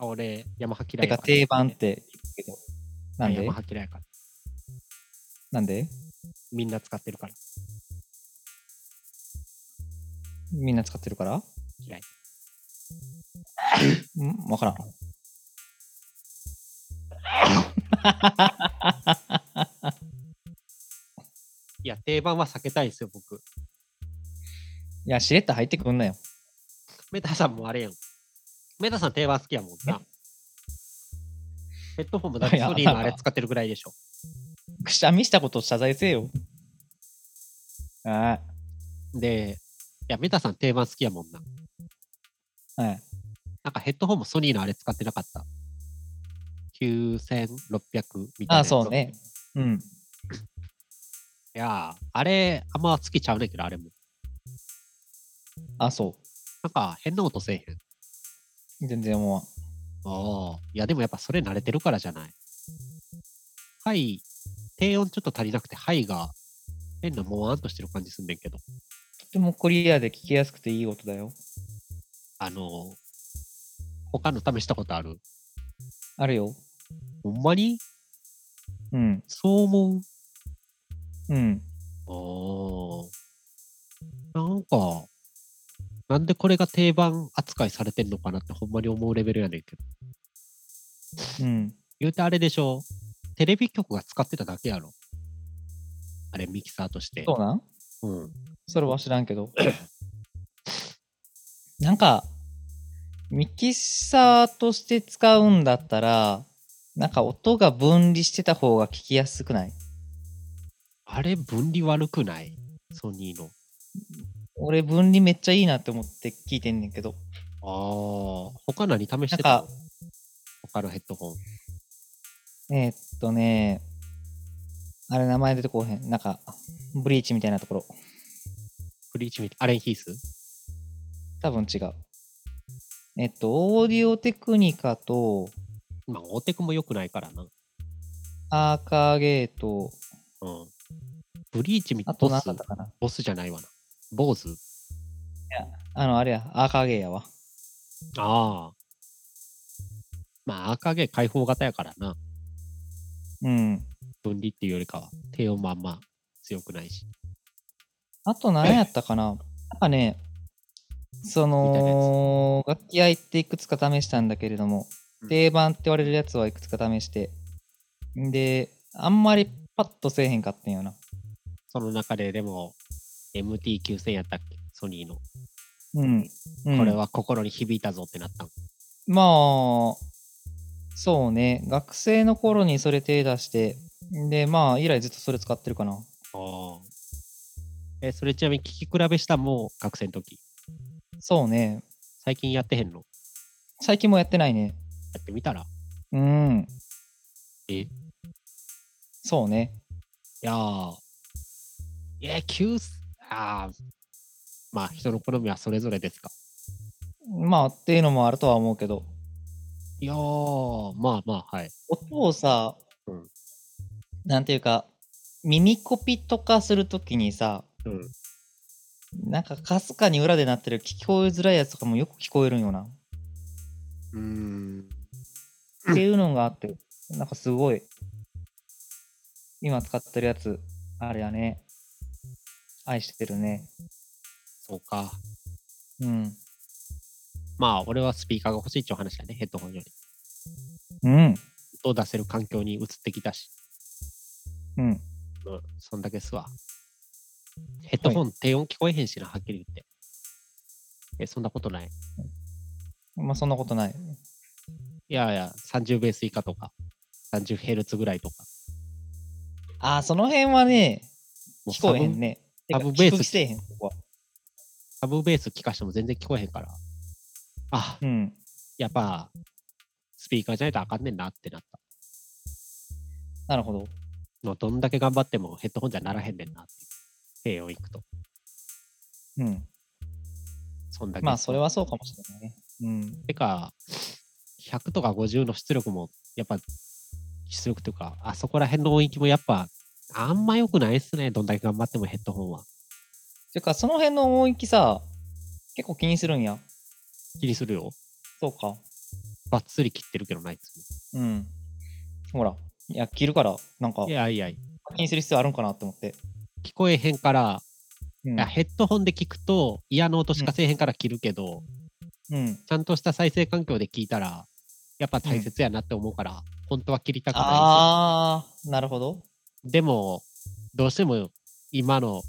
[SPEAKER 1] あ俺、ヤマハ嫌
[SPEAKER 2] て
[SPEAKER 1] いや
[SPEAKER 2] か
[SPEAKER 1] から
[SPEAKER 2] 定番って聞くけど。なん
[SPEAKER 1] ヤ
[SPEAKER 2] で
[SPEAKER 1] マハ嫌いやから。
[SPEAKER 2] なんで
[SPEAKER 1] みんな使ってるから
[SPEAKER 2] みんな使ってるから
[SPEAKER 1] 嫌 い。
[SPEAKER 2] んわからん。
[SPEAKER 1] いや、定番は避けたいんですよ、僕。
[SPEAKER 2] いや、しれっと入ってくんなよ。
[SPEAKER 1] メタさんもあれやん。メタさん定番好きやもんな。ヘッドホンもだって
[SPEAKER 2] いや
[SPEAKER 1] ソニーのあれ使ってるぐらいでしょ。
[SPEAKER 2] くしゃみしたことを謝罪せよ。あ
[SPEAKER 1] で、いや、メタさん定番好きやもんな。
[SPEAKER 2] あ、はい。
[SPEAKER 1] なんかヘッドホンもソニーのあれ使ってなかった。9600みたいなや
[SPEAKER 2] ああ、
[SPEAKER 1] つ
[SPEAKER 2] そうね。。うん。
[SPEAKER 1] いやー、あれ、あんま好きちゃうねんけど、あれも。
[SPEAKER 2] あそ
[SPEAKER 1] なんか変な音せえへん。
[SPEAKER 2] う。全然思わん。
[SPEAKER 1] ああ。いや、でもやっぱそれ慣れてるからじゃない。はい、低音ちょっと足りなくて、はいが変なもわんとしてる感じすんねんけど。
[SPEAKER 2] とてもクリアで聞きやすくていい音だよ。
[SPEAKER 1] あのー、他の試したことある
[SPEAKER 2] あるよ。
[SPEAKER 1] ほんまに
[SPEAKER 2] うん。
[SPEAKER 1] そう思う
[SPEAKER 2] うん。
[SPEAKER 1] ああ。なんか、なんでこれが定番扱いされてんのかなってほんまに思うレベルやねんけど。
[SPEAKER 2] うん。
[SPEAKER 1] 言うてあれでしょテレビ局が使ってただけやろ。あれ、ミキサーとして。
[SPEAKER 2] そうなん
[SPEAKER 1] うん。
[SPEAKER 2] それは知らんけ ど。なんか、ミキサーとして使うんだったら、なんか音が分離してた方が聞きやすくない
[SPEAKER 1] あれ、分離悪くないソニーの。
[SPEAKER 2] 俺分離めっちゃいいなって思って聞いてんねんけど。
[SPEAKER 1] ああ。他何試してた
[SPEAKER 2] なんか
[SPEAKER 1] の他のヘッドホン。
[SPEAKER 2] えー、っとね、あれ名前出てこうへん。なんか、ブリーチみたいなところ。
[SPEAKER 1] フリーチミアレンヒース
[SPEAKER 2] 多分違う。えっと、オーディオテクニカと、
[SPEAKER 1] まあ、オーテクも良くないからな。
[SPEAKER 2] アーカーゲート、
[SPEAKER 1] うん。ブリーチミ
[SPEAKER 2] あと
[SPEAKER 1] ボ
[SPEAKER 2] 何
[SPEAKER 1] ス
[SPEAKER 2] だっ、たかな
[SPEAKER 1] ボスじゃないわな。坊主
[SPEAKER 2] あの、あれや、アーカーゲーやわ。
[SPEAKER 1] ああ。まあ、赤毛開放型やからな。
[SPEAKER 2] うん。
[SPEAKER 1] 分離っていうよりかは。低音もあんま強くないし。
[SPEAKER 2] あと何やったかななんかね、その、楽器屋行っていくつか試したんだけれども、
[SPEAKER 1] うん
[SPEAKER 2] 定番って言われるやつはいくつか試して、んで、あんまりパッとせえへんかったんよな。
[SPEAKER 1] その中ででも、MT9000 やったっけソニーの。
[SPEAKER 2] うん。うん
[SPEAKER 1] これ。は心に響いたぞってなったの。
[SPEAKER 2] まあ、そうね、学生の頃にそれ手出して、んで、まあ、以来ずっとそれ使ってるかな。
[SPEAKER 1] ああ。え、それちなみに聞き比べしたもう学生の時。
[SPEAKER 2] そうね、
[SPEAKER 1] 最近やってへんの
[SPEAKER 2] 最近もやってないね。
[SPEAKER 1] やってみたら。い
[SPEAKER 2] うん。
[SPEAKER 1] え
[SPEAKER 2] そうね。
[SPEAKER 1] やー。いや、9、ああ。まあ、人の好みはそれぞれですか。
[SPEAKER 2] まあ、っていうのもあるとは思うけど。
[SPEAKER 1] いやー、まあまあ、はい。
[SPEAKER 2] 音をさ、
[SPEAKER 1] うん
[SPEAKER 2] なんていうか耳コピとかするときにさ
[SPEAKER 1] うん。
[SPEAKER 2] なんかかすかに裏で鳴ってる聞こえづらいやつとかもよく聞こえるんよな、
[SPEAKER 1] うーん。
[SPEAKER 2] っていうのがあってなんかすごい今使ってるやつあれやね愛してるね
[SPEAKER 1] そうか。
[SPEAKER 2] うん
[SPEAKER 1] まあ、俺はスピーカーが欲しいっていう話だね、ヘッドホンより。
[SPEAKER 2] うん
[SPEAKER 1] 音を出せる環境に移ってきたし、
[SPEAKER 2] うん
[SPEAKER 1] うん、そんだけっすわ。ヘッドホン、低音聞こえへんしな、はっきり言って。え、そんなことない。
[SPEAKER 2] まあそんなことない
[SPEAKER 1] いやいや、30ベース以下とか、30ヘルツぐらいとか。
[SPEAKER 2] あーその辺はね
[SPEAKER 1] もう
[SPEAKER 2] 聞こえへんね
[SPEAKER 1] サブ
[SPEAKER 2] て
[SPEAKER 1] サブベース
[SPEAKER 2] か聞く気せえへんここは
[SPEAKER 1] サブ。サブベース聞かしても全然聞こえへんから。あ、
[SPEAKER 2] うん
[SPEAKER 1] やっぱ、スピーカーじゃないとあかんねんなってなった。
[SPEAKER 2] なるほど
[SPEAKER 1] のどんだけ頑張ってもヘッドホンじゃならへんねんなっていう。低音いくと。
[SPEAKER 2] うん
[SPEAKER 1] そんだけ。
[SPEAKER 2] まあそれ。はそうかもしれないねうん
[SPEAKER 1] てか、100とか50の出力も、やっぱ、出力というか、あそこら辺の音域もやっぱ、あんま良くないっすね。どんだけ頑張ってもヘッドホンは。
[SPEAKER 2] てか、その辺の音域さ、結構気にするんや。
[SPEAKER 1] 気にするよ。
[SPEAKER 2] そうか。
[SPEAKER 1] ばっつり切ってるけどないっす
[SPEAKER 2] うん。ほら、いや、切るから、なんか
[SPEAKER 1] ね。い、やいや、
[SPEAKER 2] 気にする必要あるんかなって思って。
[SPEAKER 1] 聞こえへんから、
[SPEAKER 2] う
[SPEAKER 1] い
[SPEAKER 2] ん
[SPEAKER 1] や。ヘッドホンで聞くと嫌な音しかせえへんから切るけど、
[SPEAKER 2] うん、
[SPEAKER 1] ちゃんとした再生環境で聞いたら、やっぱ大切やなって思うから、本当は切りたくないんですよ。
[SPEAKER 2] あー、なるほど。
[SPEAKER 1] でも、どうしても今の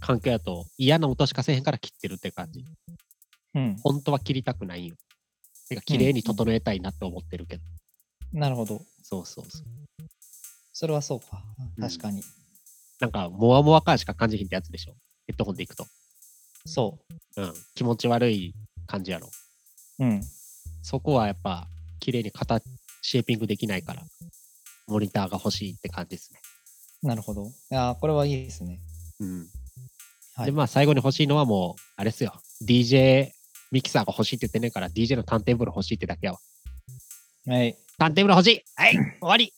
[SPEAKER 1] 環境やと嫌な音しかせえへんから切ってるって感じ。
[SPEAKER 2] うん。
[SPEAKER 1] 本当は切りたくないよ。てか、綺麗に整えたいなって思ってるけど。
[SPEAKER 2] なるほど。
[SPEAKER 1] そうそうそう。
[SPEAKER 2] それはそうか。
[SPEAKER 1] うん
[SPEAKER 2] 確かに。
[SPEAKER 1] なんか、もわもわ感しか感じひんってやつでしょ。ヘッドホンでいくと。
[SPEAKER 2] そ
[SPEAKER 1] うん。気持ち悪い感じやろ。
[SPEAKER 2] う。うん。
[SPEAKER 1] そこはやっぱ、綺麗に形、シェーピングできないから、モニターが欲しいって感じですね。
[SPEAKER 2] なるほど。いやー、これはいいですね。
[SPEAKER 1] うん。
[SPEAKER 2] はい
[SPEAKER 1] で、まあ、最後に欲しいのはもう、あれっすよ。DJ ミキサーが欲しいって言ってねえから、DJ のターンテーブル欲しいってだけやわ。
[SPEAKER 2] はい。
[SPEAKER 1] ターンテーブル欲しいはい終わり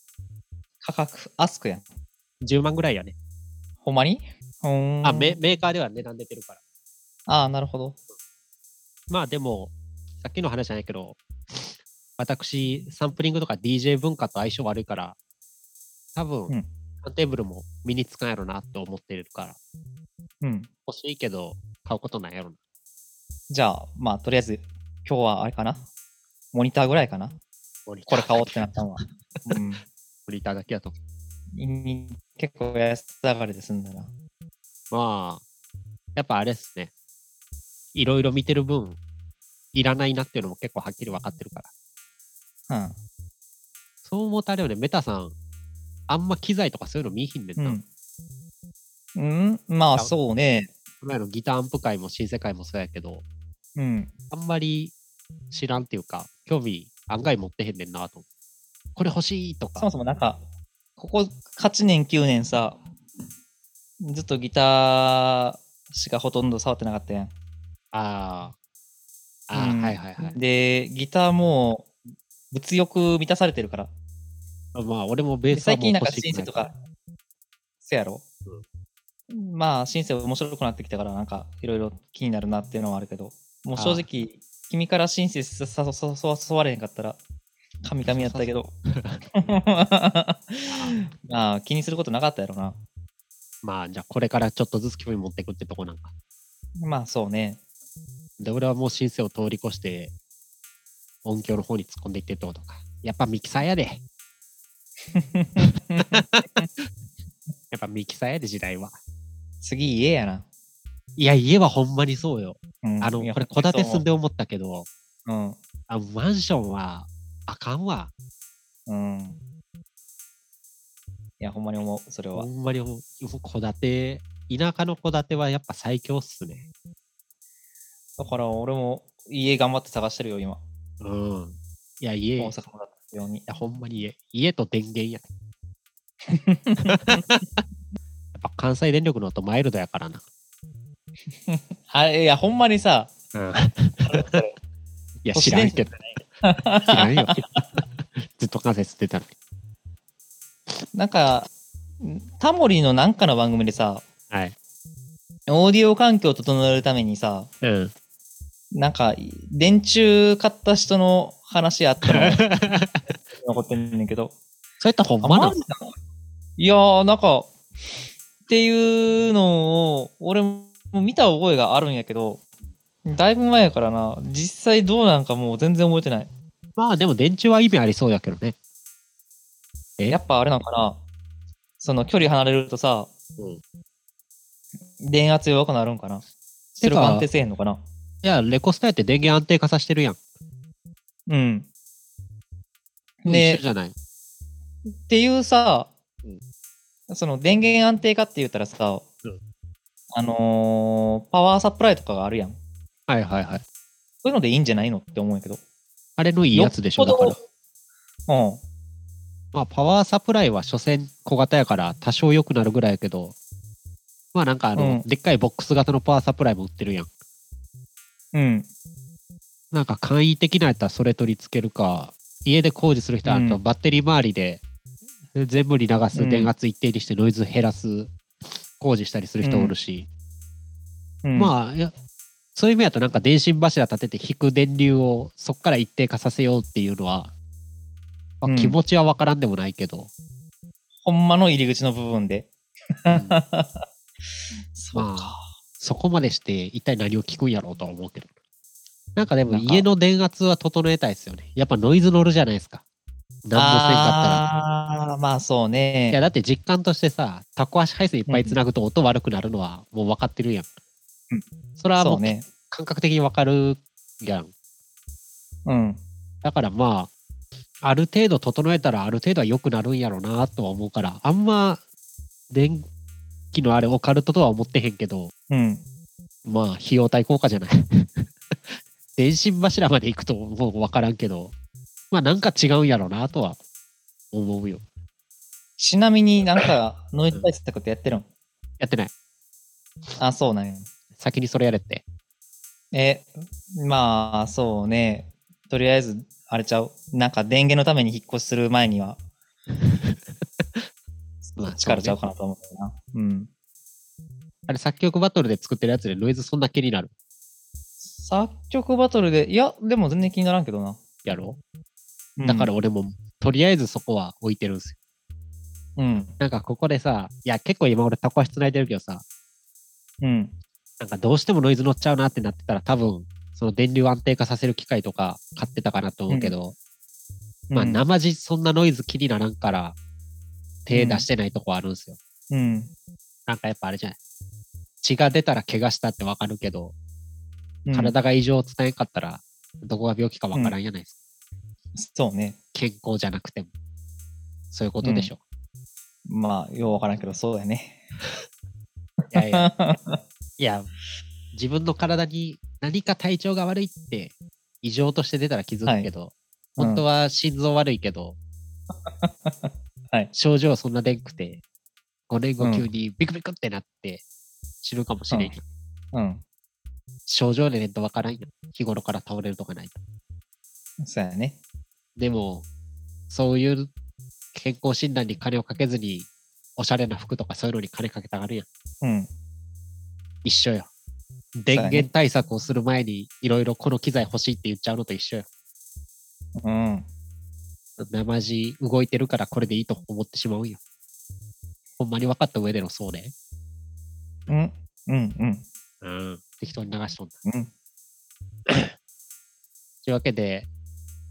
[SPEAKER 2] 価格、アスクやん。
[SPEAKER 1] !10 万ぐらいやね。
[SPEAKER 2] ほんまにほーん。
[SPEAKER 1] あ、メメーカーでは値段出てるから。
[SPEAKER 2] あー、なるほど。
[SPEAKER 1] まあでも、さっきの話じゃないけど、私、サンプリングとか DJ 文化と相性悪いから、多分、
[SPEAKER 2] うん
[SPEAKER 1] ターンテーブルも身につかんやろなって思ってるから、
[SPEAKER 2] うん。
[SPEAKER 1] 欲しいけど、買うことないやろな。
[SPEAKER 2] じゃあ、まあ、とりあえず、今日はあれかなモニターぐらいかな
[SPEAKER 1] モニタ
[SPEAKER 2] こ
[SPEAKER 1] ー
[SPEAKER 2] れ買おうってなった のは。うん。
[SPEAKER 1] モニターだけやと。
[SPEAKER 2] 結構安上がりで済んだな。
[SPEAKER 1] まあ、やっぱあれっすね。いろいろ見てる分、いらないなっていうのも結構はっきり分かってるから。
[SPEAKER 2] うん。
[SPEAKER 1] そう思うとあれよね、メタさん、あんま機材とかそういうの見いひんねんな。
[SPEAKER 2] うん、うん、まあそうね。
[SPEAKER 1] この前のギターアンプ界も新世界もそうやけど、
[SPEAKER 2] うん。
[SPEAKER 1] あんまり知らんっていうか、興味案外持ってへんねんなと。これ欲しいとか。
[SPEAKER 2] そもそもなんか、ここ8年9年さ、ずっとギターしかほとんど触ってなかったやん。
[SPEAKER 1] ああ。ああ、
[SPEAKER 2] うん
[SPEAKER 1] はいはいはい。
[SPEAKER 2] で、ギターもう物欲満たされてるから。
[SPEAKER 1] まあ、俺もベー
[SPEAKER 2] で
[SPEAKER 1] スはもう
[SPEAKER 2] 最近なん
[SPEAKER 1] 欲
[SPEAKER 2] か
[SPEAKER 1] し
[SPEAKER 2] シ
[SPEAKER 1] く
[SPEAKER 2] ン
[SPEAKER 1] な
[SPEAKER 2] セ
[SPEAKER 1] い
[SPEAKER 2] とか、せやろ、まあシンセ面白くなってきたからなんかいろいろ気になるなっていうのはあるけど、もう
[SPEAKER 1] あ
[SPEAKER 2] 正直、君からシンセささささ誘われへんかったら、神々やったけ ど。まあ気にすることなかったやろな。
[SPEAKER 1] まあ、じゃあこれからちょっとずつ興味持っていくってとこなんか。
[SPEAKER 2] まあそう ね。
[SPEAKER 1] で、俺はもうシンセを通り越して、音響の方に突っ込んでいってるってことか。やっぱミキサーやで。やっぱミキサーやで、時代は。
[SPEAKER 2] 次家やな。
[SPEAKER 1] いや、家はほんまにそうよ。
[SPEAKER 2] うん
[SPEAKER 1] あの、これ、戸建て住ん。で思ったけど、
[SPEAKER 2] いや本
[SPEAKER 1] あマンションはあかんわ。
[SPEAKER 2] 当にそう思ううん。うん。いや、ほんまに思う、それ
[SPEAKER 1] ほ
[SPEAKER 2] は。
[SPEAKER 1] んまにもう、戸建て、田舎の戸建てはやっぱ最強っすね。
[SPEAKER 2] だから俺も家頑張って探してるよ、今。
[SPEAKER 1] うん。いや、家、い
[SPEAKER 2] 大
[SPEAKER 1] や
[SPEAKER 2] 阪もだったように。
[SPEAKER 1] ほんまに家。家と電源や。 やっぱ関西電力の音マイルドやからな。
[SPEAKER 2] あれ、いや、ほんまにさ、
[SPEAKER 1] うん。 いや、
[SPEAKER 2] 都
[SPEAKER 1] 知
[SPEAKER 2] 市
[SPEAKER 1] ら
[SPEAKER 2] 伝
[SPEAKER 1] ん
[SPEAKER 2] 説
[SPEAKER 1] けど。 知らんよ。ずっと関西吸ってたのに。
[SPEAKER 2] なんか、タモリのなんかの番組でさ、
[SPEAKER 1] はい。
[SPEAKER 2] オーディオ環境を整えるためにさ、
[SPEAKER 1] うん。
[SPEAKER 2] なんか、電柱買った人の話あったの 残ってんねんけど。
[SPEAKER 1] そういったほんまなの
[SPEAKER 2] ジかいやー、なんか、っていうのを、俺も見た覚えがあるんやけど、だいぶ前やからな、実際どうなんかもう全然覚えてない。
[SPEAKER 1] まあでも電柱は意味ありそうやけどね。え
[SPEAKER 2] やっぱあれなのかな、その距離離れるとさ、
[SPEAKER 1] うん
[SPEAKER 2] 電圧弱くなるんかな出力安定せえへんのかない
[SPEAKER 1] や、レコスタやって電源安定化させてるやん。
[SPEAKER 2] うん。
[SPEAKER 1] 一
[SPEAKER 2] で
[SPEAKER 1] 緒、じゃない。
[SPEAKER 2] っていうさ、
[SPEAKER 1] うん
[SPEAKER 2] その電源安定化って言ったらさ、
[SPEAKER 1] うん
[SPEAKER 2] あのーパワーサプライとかがあるやん。そ
[SPEAKER 1] はいはいはい。
[SPEAKER 2] ういうのでいいんじゃないのって思うんやけど。
[SPEAKER 1] あれのいいやつでしょ、だ
[SPEAKER 2] よっ
[SPEAKER 1] か
[SPEAKER 2] ぽど
[SPEAKER 1] ら。
[SPEAKER 2] うん。
[SPEAKER 1] まあ、パワーサプライは所詮小型やから多少良くなるぐらいやけど、まあなんかあの、
[SPEAKER 2] うん
[SPEAKER 1] でっかいボックス型のパワーサプライも売ってるやん。
[SPEAKER 2] うん。
[SPEAKER 1] なんか簡易的なやったらそれ取り付けるか、家で工事する人はあ
[SPEAKER 2] うん
[SPEAKER 1] とバッテリー周りで全部に流
[SPEAKER 2] う
[SPEAKER 1] す
[SPEAKER 2] ん
[SPEAKER 1] 電圧一定にしてノイズ減らす工事したりする人おるし、
[SPEAKER 2] うん、
[SPEAKER 1] まあいやそういう意味だとなんか電信柱立てて引く電流をそっから一定化させようっていうのは、まあ
[SPEAKER 2] うん
[SPEAKER 1] 気持ちはわからんでもないけ ど、
[SPEAKER 2] ほんまの入り口の部分で。
[SPEAKER 1] うん
[SPEAKER 2] そう
[SPEAKER 1] ま
[SPEAKER 2] か。
[SPEAKER 1] あ、そこまでして一体何を聞くんやろうとは思うけど。なんかでも
[SPEAKER 2] なんか
[SPEAKER 1] 家の電圧は整えたいですよね。やっぱノイズ乗るじゃないですか。何もせんかったら。
[SPEAKER 2] ああー、まあそう
[SPEAKER 1] いや
[SPEAKER 2] ね。
[SPEAKER 1] だって実感としてさ、タコ足配線いっぱいつなぐと音悪くなるのはもう分かってるやん。
[SPEAKER 2] うん
[SPEAKER 1] それはも
[SPEAKER 2] そううね。
[SPEAKER 1] 感覚的に分かるやん。
[SPEAKER 2] うん。
[SPEAKER 1] だからまあ、ある程度整えたらある程度は良くなるんやろうなとは思うから、あんま電気のあれオカルトとは思ってへんけど、
[SPEAKER 2] うん。
[SPEAKER 1] まあ、費用対効果じゃない。 電信柱まで行くともう分からんけど、まあ、なんか違うんやろうなとは思うよ。
[SPEAKER 2] ちなみになんかノイズ対策ってやってるん
[SPEAKER 1] やってない。
[SPEAKER 2] あ、そうなんや。
[SPEAKER 1] 先にそれやれって。
[SPEAKER 2] え、まあそうね。とりあえず、あれちゃう。なんか電源のために引っ越しする前には、
[SPEAKER 1] まあ
[SPEAKER 2] 力ちゃうかなと思うな。うん。
[SPEAKER 1] あれ、作曲バトルで作ってるやつでノイズそんな気になる
[SPEAKER 2] 作曲バトルで、いや、でも全然気にならんけどな。
[SPEAKER 1] やろ、
[SPEAKER 2] うん
[SPEAKER 1] だから、俺も、とりあえずそこは置いてるんですよ。
[SPEAKER 2] うん。
[SPEAKER 1] なんかここでさ、いや、結構今俺タコ足つないでるけどさ、
[SPEAKER 2] うん。
[SPEAKER 1] なんかどうしてもノイズ乗っちゃうなってなってたら多分、その電流安定化させる機械とか買ってたかなと思うけど、まあ、
[SPEAKER 2] うん
[SPEAKER 1] 生地そんなノイズ気にならんから、手出してないとこあるんですよ。
[SPEAKER 2] うん。
[SPEAKER 1] なんかやっぱあれじゃない。血が出たら怪我したってわかるけど、
[SPEAKER 2] うん
[SPEAKER 1] 体が異常を伝えんかったら、どこが病気かわからんやないですか。
[SPEAKER 2] そうね。
[SPEAKER 1] 健康じゃなくても。そういうことでしょ。
[SPEAKER 2] まあ、ようわからんけど、そうだよね。
[SPEAKER 1] いやいや、いや、自分の体に何か体調が悪いって、異常として出たら気づくけど、
[SPEAKER 2] はいうん
[SPEAKER 1] 本当は心臓悪いけど、
[SPEAKER 2] はい
[SPEAKER 1] 症状そんなでんくて、5年
[SPEAKER 2] う
[SPEAKER 1] 後
[SPEAKER 2] ん
[SPEAKER 1] 急にビクビクってなって死ぬかもしれんやん、
[SPEAKER 2] うん。
[SPEAKER 1] 症状でねんとわからんやん。日頃から倒れるとかないと。
[SPEAKER 2] そうやね。
[SPEAKER 1] でも、そういう健康診断に金をかけずに、おしゃれな服とかそういうのに金かけたがるやん。
[SPEAKER 2] うん。
[SPEAKER 1] 一緒よ。電源対策をする前にいろいろこの機材欲しいって言っちゃうのと一緒よ。
[SPEAKER 2] うん。
[SPEAKER 1] 生地動いてるからこれでいいと思ってしまうんよ。ほんまに分かった上でのそうね。
[SPEAKER 2] うん。うん。うん。
[SPEAKER 1] うん。適当に流しとんだ。
[SPEAKER 2] うん。
[SPEAKER 1] というわけで、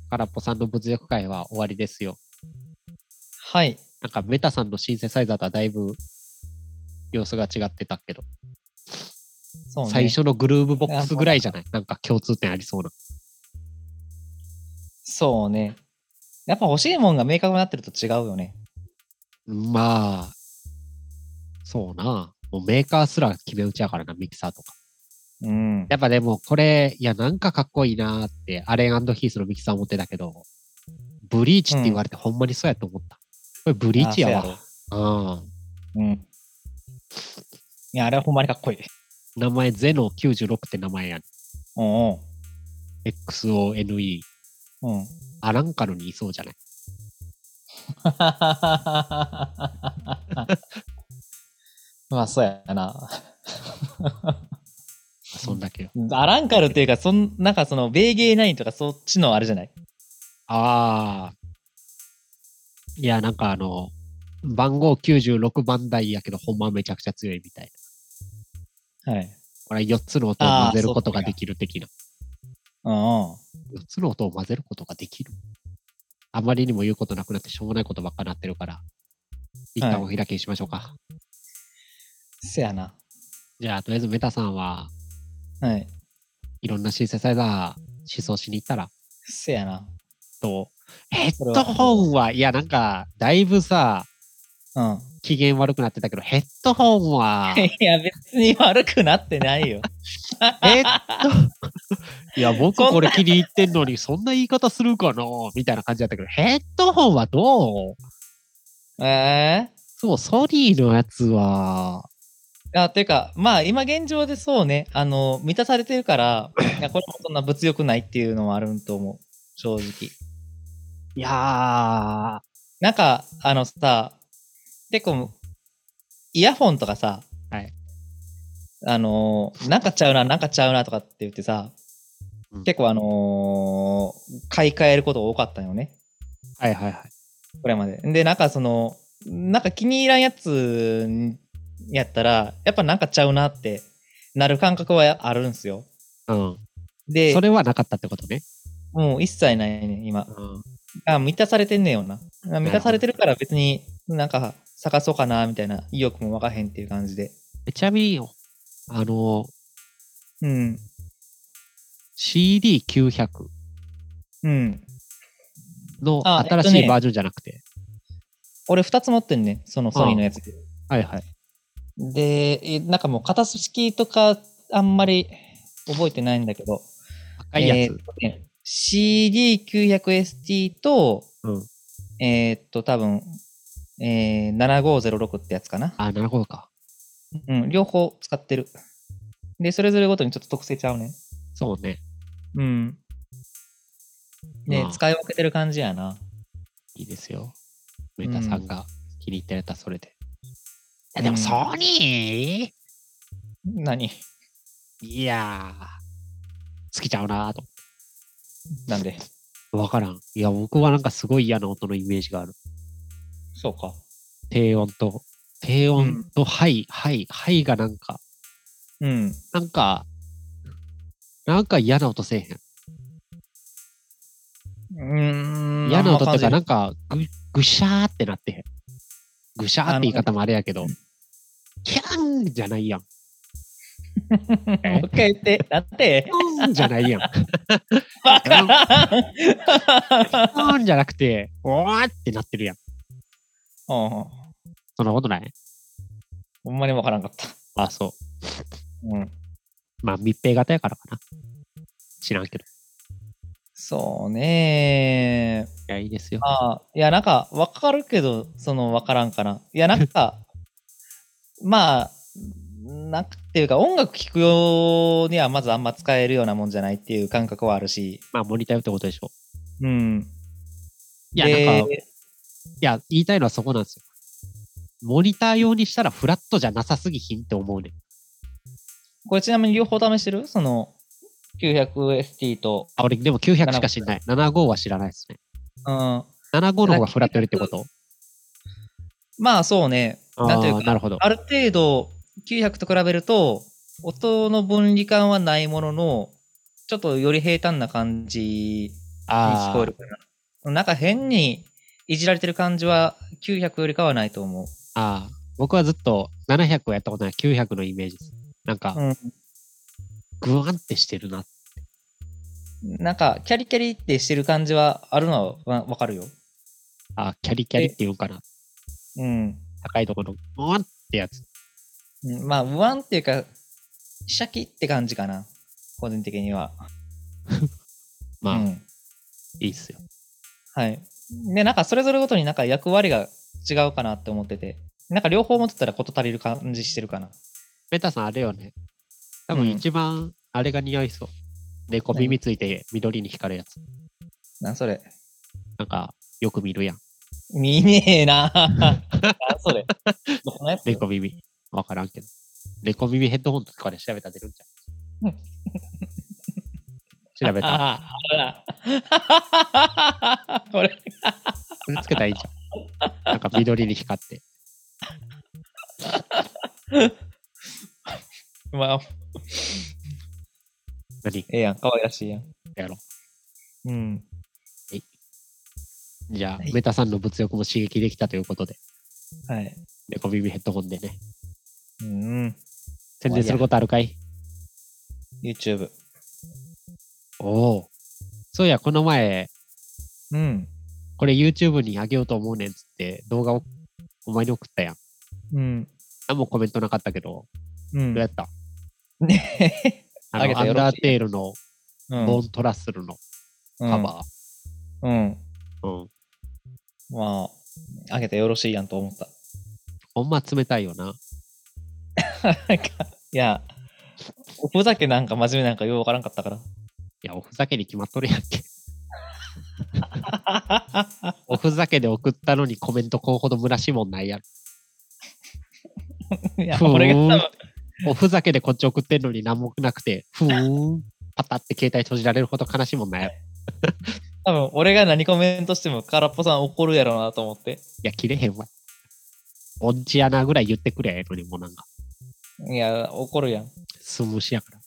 [SPEAKER 1] 空っぽさんの物欲会は終わりですよ。
[SPEAKER 2] はい。
[SPEAKER 1] なんかメタさんのシンセサイザーとはだいぶ様子が違ってたけど、
[SPEAKER 2] そうね。
[SPEAKER 1] 最初のグルーブボックスぐらいじゃないなんか共通点ありそうな。
[SPEAKER 2] そうね。やっぱ欲しいもんが明確になってると違うよね。
[SPEAKER 1] まあ、そうな。もうメーカーすら決め打ちやからな、ミキサーとか。
[SPEAKER 2] うん。
[SPEAKER 1] やっぱでもこれ、いや、なんかかっこいいなーって、アレンヒースのミキサー思ってたけど、ブリーチって言われてほんまにそうやと思った。これブリーチや
[SPEAKER 2] あそう
[SPEAKER 1] わ。うん。
[SPEAKER 2] うん。いや、あれはほんまにかっこいい。
[SPEAKER 1] 名前ゼノ96って名前やん。
[SPEAKER 2] うん。
[SPEAKER 1] XONE。
[SPEAKER 2] うん。
[SPEAKER 1] アランカルにいそうじゃない
[SPEAKER 2] まあ、そうやな。
[SPEAKER 1] そんだけよ。
[SPEAKER 2] アランカルっていうか、そん、なんかその、ベーゲーナインとかそっちのあれじゃない
[SPEAKER 1] ああ。いや、なんかあの、番号96番台やけど、ほんまめちゃくちゃ強いみたいな。
[SPEAKER 2] はい。
[SPEAKER 1] これ4つの音を混ぜることができる的な。
[SPEAKER 2] うんうん。
[SPEAKER 1] 4つの音を混ぜることができる。あまりにも言うことなくなってしょうもないことばっかなってるから、一旦お開きにしましょうか。
[SPEAKER 2] せやな。
[SPEAKER 1] じゃあ、とりあえずメタさんは
[SPEAKER 2] はい。
[SPEAKER 1] いろんなシンセサイザー思想しに行ったら、
[SPEAKER 2] せやな。
[SPEAKER 1] と、ヘッドホンは、いや、なんか、だいぶさ、
[SPEAKER 2] うん。
[SPEAKER 1] 機嫌悪くなってたけど、ヘッドホン は、
[SPEAKER 2] いや、別に悪くなってないよ。
[SPEAKER 1] えっと、 いや、僕これ気に入ってんのに、そんな言い方するかなみたいな感じだったけど、ヘッドホンはどう
[SPEAKER 2] ええ
[SPEAKER 1] そう、ソニーのやつは、
[SPEAKER 2] あ、ていうか、まあ、今現状でそうね、あの、満たされてるから、いやこれもそんな物欲ないっていうのもあると思う。正直。
[SPEAKER 1] いや
[SPEAKER 2] なんか、あのさ、結構、イヤホンとかさ、
[SPEAKER 1] はい
[SPEAKER 2] あのー、なんかちゃうな、なんかちゃうなとかって言ってさ
[SPEAKER 1] うん、
[SPEAKER 2] 結構あのー買い替えることが多かったよね、
[SPEAKER 1] ー、はいはいはい。
[SPEAKER 2] これまで。で、なんかその、なんか気に入らんやつやったら、やっぱなんかちゃうなってなる感覚はあるんすよ。
[SPEAKER 1] うん。
[SPEAKER 2] で
[SPEAKER 1] そ、れはなかったってことね。
[SPEAKER 2] もう一切ないね、今。
[SPEAKER 1] うん。
[SPEAKER 2] あ満たされてんねんよな。満たされてるから別になんか探そうかなみたいな意欲もわかへんっていう感じで。
[SPEAKER 1] ちなみに、あの、
[SPEAKER 2] うん。
[SPEAKER 1] CD900
[SPEAKER 2] うん。
[SPEAKER 1] の
[SPEAKER 2] あ
[SPEAKER 1] 新し
[SPEAKER 2] えっと
[SPEAKER 1] い
[SPEAKER 2] ね
[SPEAKER 1] バージョンじゃなくて。
[SPEAKER 2] 俺2つ持ってんねん、そのソニーのやつ。
[SPEAKER 1] はいはい。
[SPEAKER 2] で、えなんかもう型式とかあんまり覚えてないんだけど、
[SPEAKER 1] 赤いやつ。
[SPEAKER 2] えーね CD900ST と、
[SPEAKER 1] うん
[SPEAKER 2] えーっと、多分、えー、7506ってやつかな。
[SPEAKER 1] あ、なるほどか。
[SPEAKER 2] うん、両方使ってる。で、それぞれごとにちょっと特性ちゃうねん。
[SPEAKER 1] そうね。
[SPEAKER 2] うん。で
[SPEAKER 1] まあ、
[SPEAKER 2] 使い分けてる感じやな。
[SPEAKER 1] いいですよ。メタさんが気に入ってやったらそれで。いや、で
[SPEAKER 2] う
[SPEAKER 1] も
[SPEAKER 2] ん
[SPEAKER 1] ソニー
[SPEAKER 2] 何
[SPEAKER 1] いやー、好きちゃうなーと。
[SPEAKER 2] なんで
[SPEAKER 1] わからん。いや、僕はなんかすごい嫌な音のイメージがある。
[SPEAKER 2] そうか。
[SPEAKER 1] 低音と、低音とハイ、ハイ、ハイがなんか、
[SPEAKER 2] うん。
[SPEAKER 1] なんか、なんか嫌な音せえ
[SPEAKER 2] うー
[SPEAKER 1] へ
[SPEAKER 2] ん。
[SPEAKER 1] ん。嫌な音っていうか、
[SPEAKER 2] あんま感じ
[SPEAKER 1] なんかぐ、ぐしゃーってなってへん。ぐしゃーって言い方もあれやけど、キャーンじゃないやん。え
[SPEAKER 2] もう一回言って、だって
[SPEAKER 1] キ。ャーンじゃないやん。キ
[SPEAKER 2] わからん
[SPEAKER 1] ャーンじゃなくて、おーってなってるやん。
[SPEAKER 2] うんうん
[SPEAKER 1] そんなことない
[SPEAKER 2] ほんまにわからんかった。
[SPEAKER 1] あ、そう。
[SPEAKER 2] うん。
[SPEAKER 1] まあ密閉型やからかな。知らんけど。
[SPEAKER 2] そうね
[SPEAKER 1] いや、いいですよ。
[SPEAKER 2] ああ、いや、なんか、わかるけど、その、わからんかな。いや、なんか、 まあ、なんかっていうか、音楽聴くようには、まずあんま使えるようなもんじゃないっていう感覚はあるし、
[SPEAKER 1] まあモニターってことでしょ。
[SPEAKER 2] うん。
[SPEAKER 1] いや、
[SPEAKER 2] で
[SPEAKER 1] なんか、いや、言いたいのはそこなんですよ。モニター用にしたらフラットじゃなさすぎひんって思うねん。
[SPEAKER 2] これちなみに両方試してるその、900ST と、
[SPEAKER 1] あ、俺でも900しか知んない。75は知らないですね。
[SPEAKER 2] うん。
[SPEAKER 1] 75の方がフラットよりってこと
[SPEAKER 2] まあ、そうね。
[SPEAKER 1] あ
[SPEAKER 2] なんていう
[SPEAKER 1] ー
[SPEAKER 2] か、
[SPEAKER 1] なるほど。
[SPEAKER 2] ある程度、900と比べると、音の分離感はないものの、ちょっとより平坦な感じに聞
[SPEAKER 1] あ
[SPEAKER 2] こえ
[SPEAKER 1] ー
[SPEAKER 2] るかな。なんか変にいじられてる感じは900よりかはないと思う。
[SPEAKER 1] あー。僕はずっと700をやったことない900のイメージです。なんか
[SPEAKER 2] うん、
[SPEAKER 1] グワンってしてるな。
[SPEAKER 2] なんかキャリキャリってしてる感じはあるのはわわかるよ。
[SPEAKER 1] あー、キャリキャリっていうんかな。
[SPEAKER 2] うん。
[SPEAKER 1] 高いところの、グワンってやつ。
[SPEAKER 2] うんまあ、不安っていうか、シャキって感じかな。個人的には。
[SPEAKER 1] まあ、
[SPEAKER 2] う
[SPEAKER 1] い
[SPEAKER 2] ん。
[SPEAKER 1] いっすよ。
[SPEAKER 2] はい。で、なんかそれぞれごとになんか役割が違うかなって思ってて、なんか両方持ってたら事足りる感じしてるかな。
[SPEAKER 1] メタさんあれよね。多
[SPEAKER 2] うん
[SPEAKER 1] 分一番あれが似合いそう。猫耳ついて緑に光るやつ。
[SPEAKER 2] なんそれ。
[SPEAKER 1] なんかよく見るやん。
[SPEAKER 2] 見ねえな。なんそれ。どこのやつ
[SPEAKER 1] 猫耳。わからんけど。猫耳ヘッドホンとかで調べたら出るんじゃ ん。調べた。
[SPEAKER 2] ああ、これ。
[SPEAKER 1] それつけたらいいじゃん。なんか緑に光って。
[SPEAKER 2] まあ、
[SPEAKER 1] 何
[SPEAKER 2] ええやん、かわいらしいやん。
[SPEAKER 1] やろ
[SPEAKER 2] うん。
[SPEAKER 1] う。じゃあ
[SPEAKER 2] は、い
[SPEAKER 1] メタさんの物欲も刺激できたということで、
[SPEAKER 2] はい。
[SPEAKER 1] 猫耳ヘッドホンでね。
[SPEAKER 2] うん。
[SPEAKER 1] 宣伝することあるかい
[SPEAKER 2] YouTube。
[SPEAKER 1] おおう。そういや、この前、
[SPEAKER 2] うん。
[SPEAKER 1] これ YouTube にあげようと思うねんっつって動画をお前に送ったやん。
[SPEAKER 2] うん。
[SPEAKER 1] 何もコメントなかったけど、
[SPEAKER 2] うん
[SPEAKER 1] どうやった
[SPEAKER 2] ね
[SPEAKER 1] あ
[SPEAKER 2] あ
[SPEAKER 1] の、
[SPEAKER 2] げた
[SPEAKER 1] ア
[SPEAKER 2] よ
[SPEAKER 1] ンダーテールの
[SPEAKER 2] う
[SPEAKER 1] ボントラッスルのカバ
[SPEAKER 2] ー。うん。
[SPEAKER 1] ー。うん。
[SPEAKER 2] まあ、あげてよろしいやんと思った。
[SPEAKER 1] ほんま冷たいよな。
[SPEAKER 2] なんか、いや、おふざけなんか真面目なんかようわからんかったから。
[SPEAKER 1] いや、おふざけに決まっとるやんけ。おふざけで送ったのにコメントこうほどむらしいもんないやろ。
[SPEAKER 2] いや、
[SPEAKER 1] ふーん
[SPEAKER 2] 俺が多分、
[SPEAKER 1] おふざけでこっち送ってんのに何もなくて、ふーん、パタって携帯閉じられるほど悲しいもんないやろ。い
[SPEAKER 2] 多分俺が何コメントしても空っぽさん怒るやろうなと思って。
[SPEAKER 1] や、切れへんわ。オンチやなぐらい言ってくれやええのに、もうなんか、
[SPEAKER 2] いや、怒るやん。
[SPEAKER 1] スムーシやから。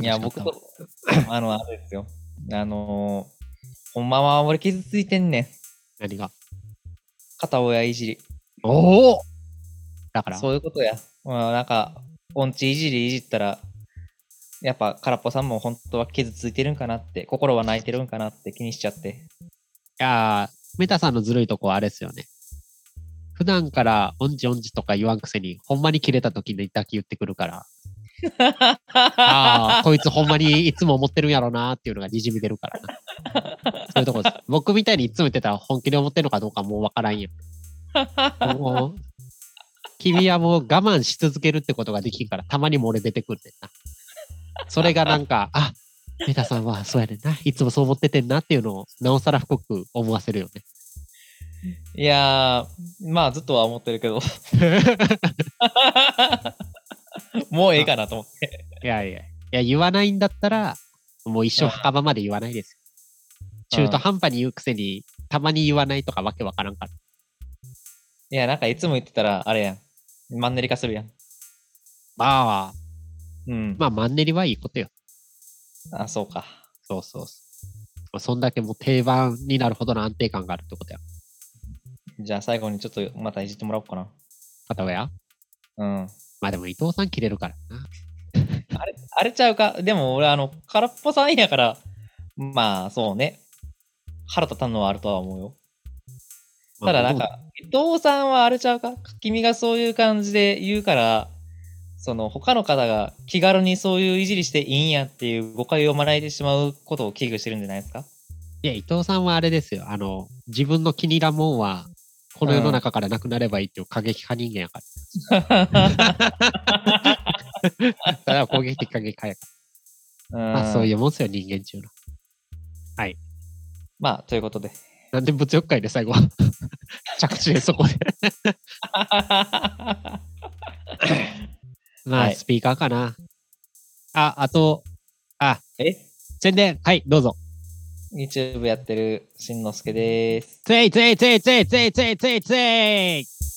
[SPEAKER 2] いや、
[SPEAKER 1] 悲し
[SPEAKER 2] 僕
[SPEAKER 1] かったわ
[SPEAKER 2] と、あの、あれですよ。あのー、ほんまは俺傷ついてんねん。
[SPEAKER 1] 何が
[SPEAKER 2] 片親いじり。
[SPEAKER 1] おおだから、
[SPEAKER 2] そういうことや。まあ、なんか、音痴いじりいじったら、やっぱ空っぽさんも本当は傷ついてるんかなって、心は泣いてるんかなって気にしちゃって。
[SPEAKER 1] いやー、メタさんのずるいとこはあれですよね。普段から、オンジオンジとか言わんくせに、ほんまに切れた時にだけ言ってくるから、ああ、こいつほんまにいつも思ってるんやろなーっていうのがにじみ出るからな。そういうとこです。僕みたいにいつも言ってたら本気で思ってるのかどうかもうわからんよ。もう、君はもう我慢し続けるってことができんから、たまにも俺出てくるねんな。それがなんか、あメタさんはそうやねんな。いつもそう思っててんなっていうのを、なおさら深く思わせるよね。
[SPEAKER 2] いやー、まあずっとは思ってるけど。もうええかなと思って。
[SPEAKER 1] いやいや、いや言わないんだったら、もう一生墓場まで言わないですよ。
[SPEAKER 2] うん
[SPEAKER 1] 中途半端に言うくせに、たまに言わないとかわけわからんから。
[SPEAKER 2] いや、なんかいつも言ってたら、あれやん。マンネリ化するやん。
[SPEAKER 1] まあ、
[SPEAKER 2] うん。
[SPEAKER 1] まあ、マンネリはいいことよ。
[SPEAKER 2] あ、そうか。
[SPEAKER 1] そうそうそう。そんだけもう定番になるほどの安定感があるってことや。
[SPEAKER 2] じゃあ最後にちょっとまたいじってもらおうかな。
[SPEAKER 1] 片親
[SPEAKER 2] うん。
[SPEAKER 1] まあでも伊藤さん切れるからな。
[SPEAKER 2] あれ、あれちゃうか。でも俺、あの、空っぽさんやから、まあ、そうね。腹立たんのはあるとは思うよ。
[SPEAKER 1] まあ
[SPEAKER 2] ただなん。か、伊藤さんはあれちゃうか君がそういう感じで言うから、その他の方が気軽にそういういじりしていいんやっていう誤解を招いてしまうことを危惧してるんじゃないですか
[SPEAKER 1] いや、伊藤さんはあれですよ。あの、自分の気に入らんもんは、この世の中からなくなればいいっていう過激派人間やから。 だから攻撃的過激派やか
[SPEAKER 2] うん
[SPEAKER 1] ら。まあそういうもんっすよ、人間中の。
[SPEAKER 2] まあ、ということで。
[SPEAKER 1] なんで物欲界で最後は。 着地でそこで。まあ、
[SPEAKER 2] はい
[SPEAKER 1] スピーカーかな。あ、あと、あ、
[SPEAKER 2] え
[SPEAKER 1] 宣伝。はい、どうぞ。
[SPEAKER 2] YouTube やってるしんのすけです。
[SPEAKER 1] ついついついついついついついつい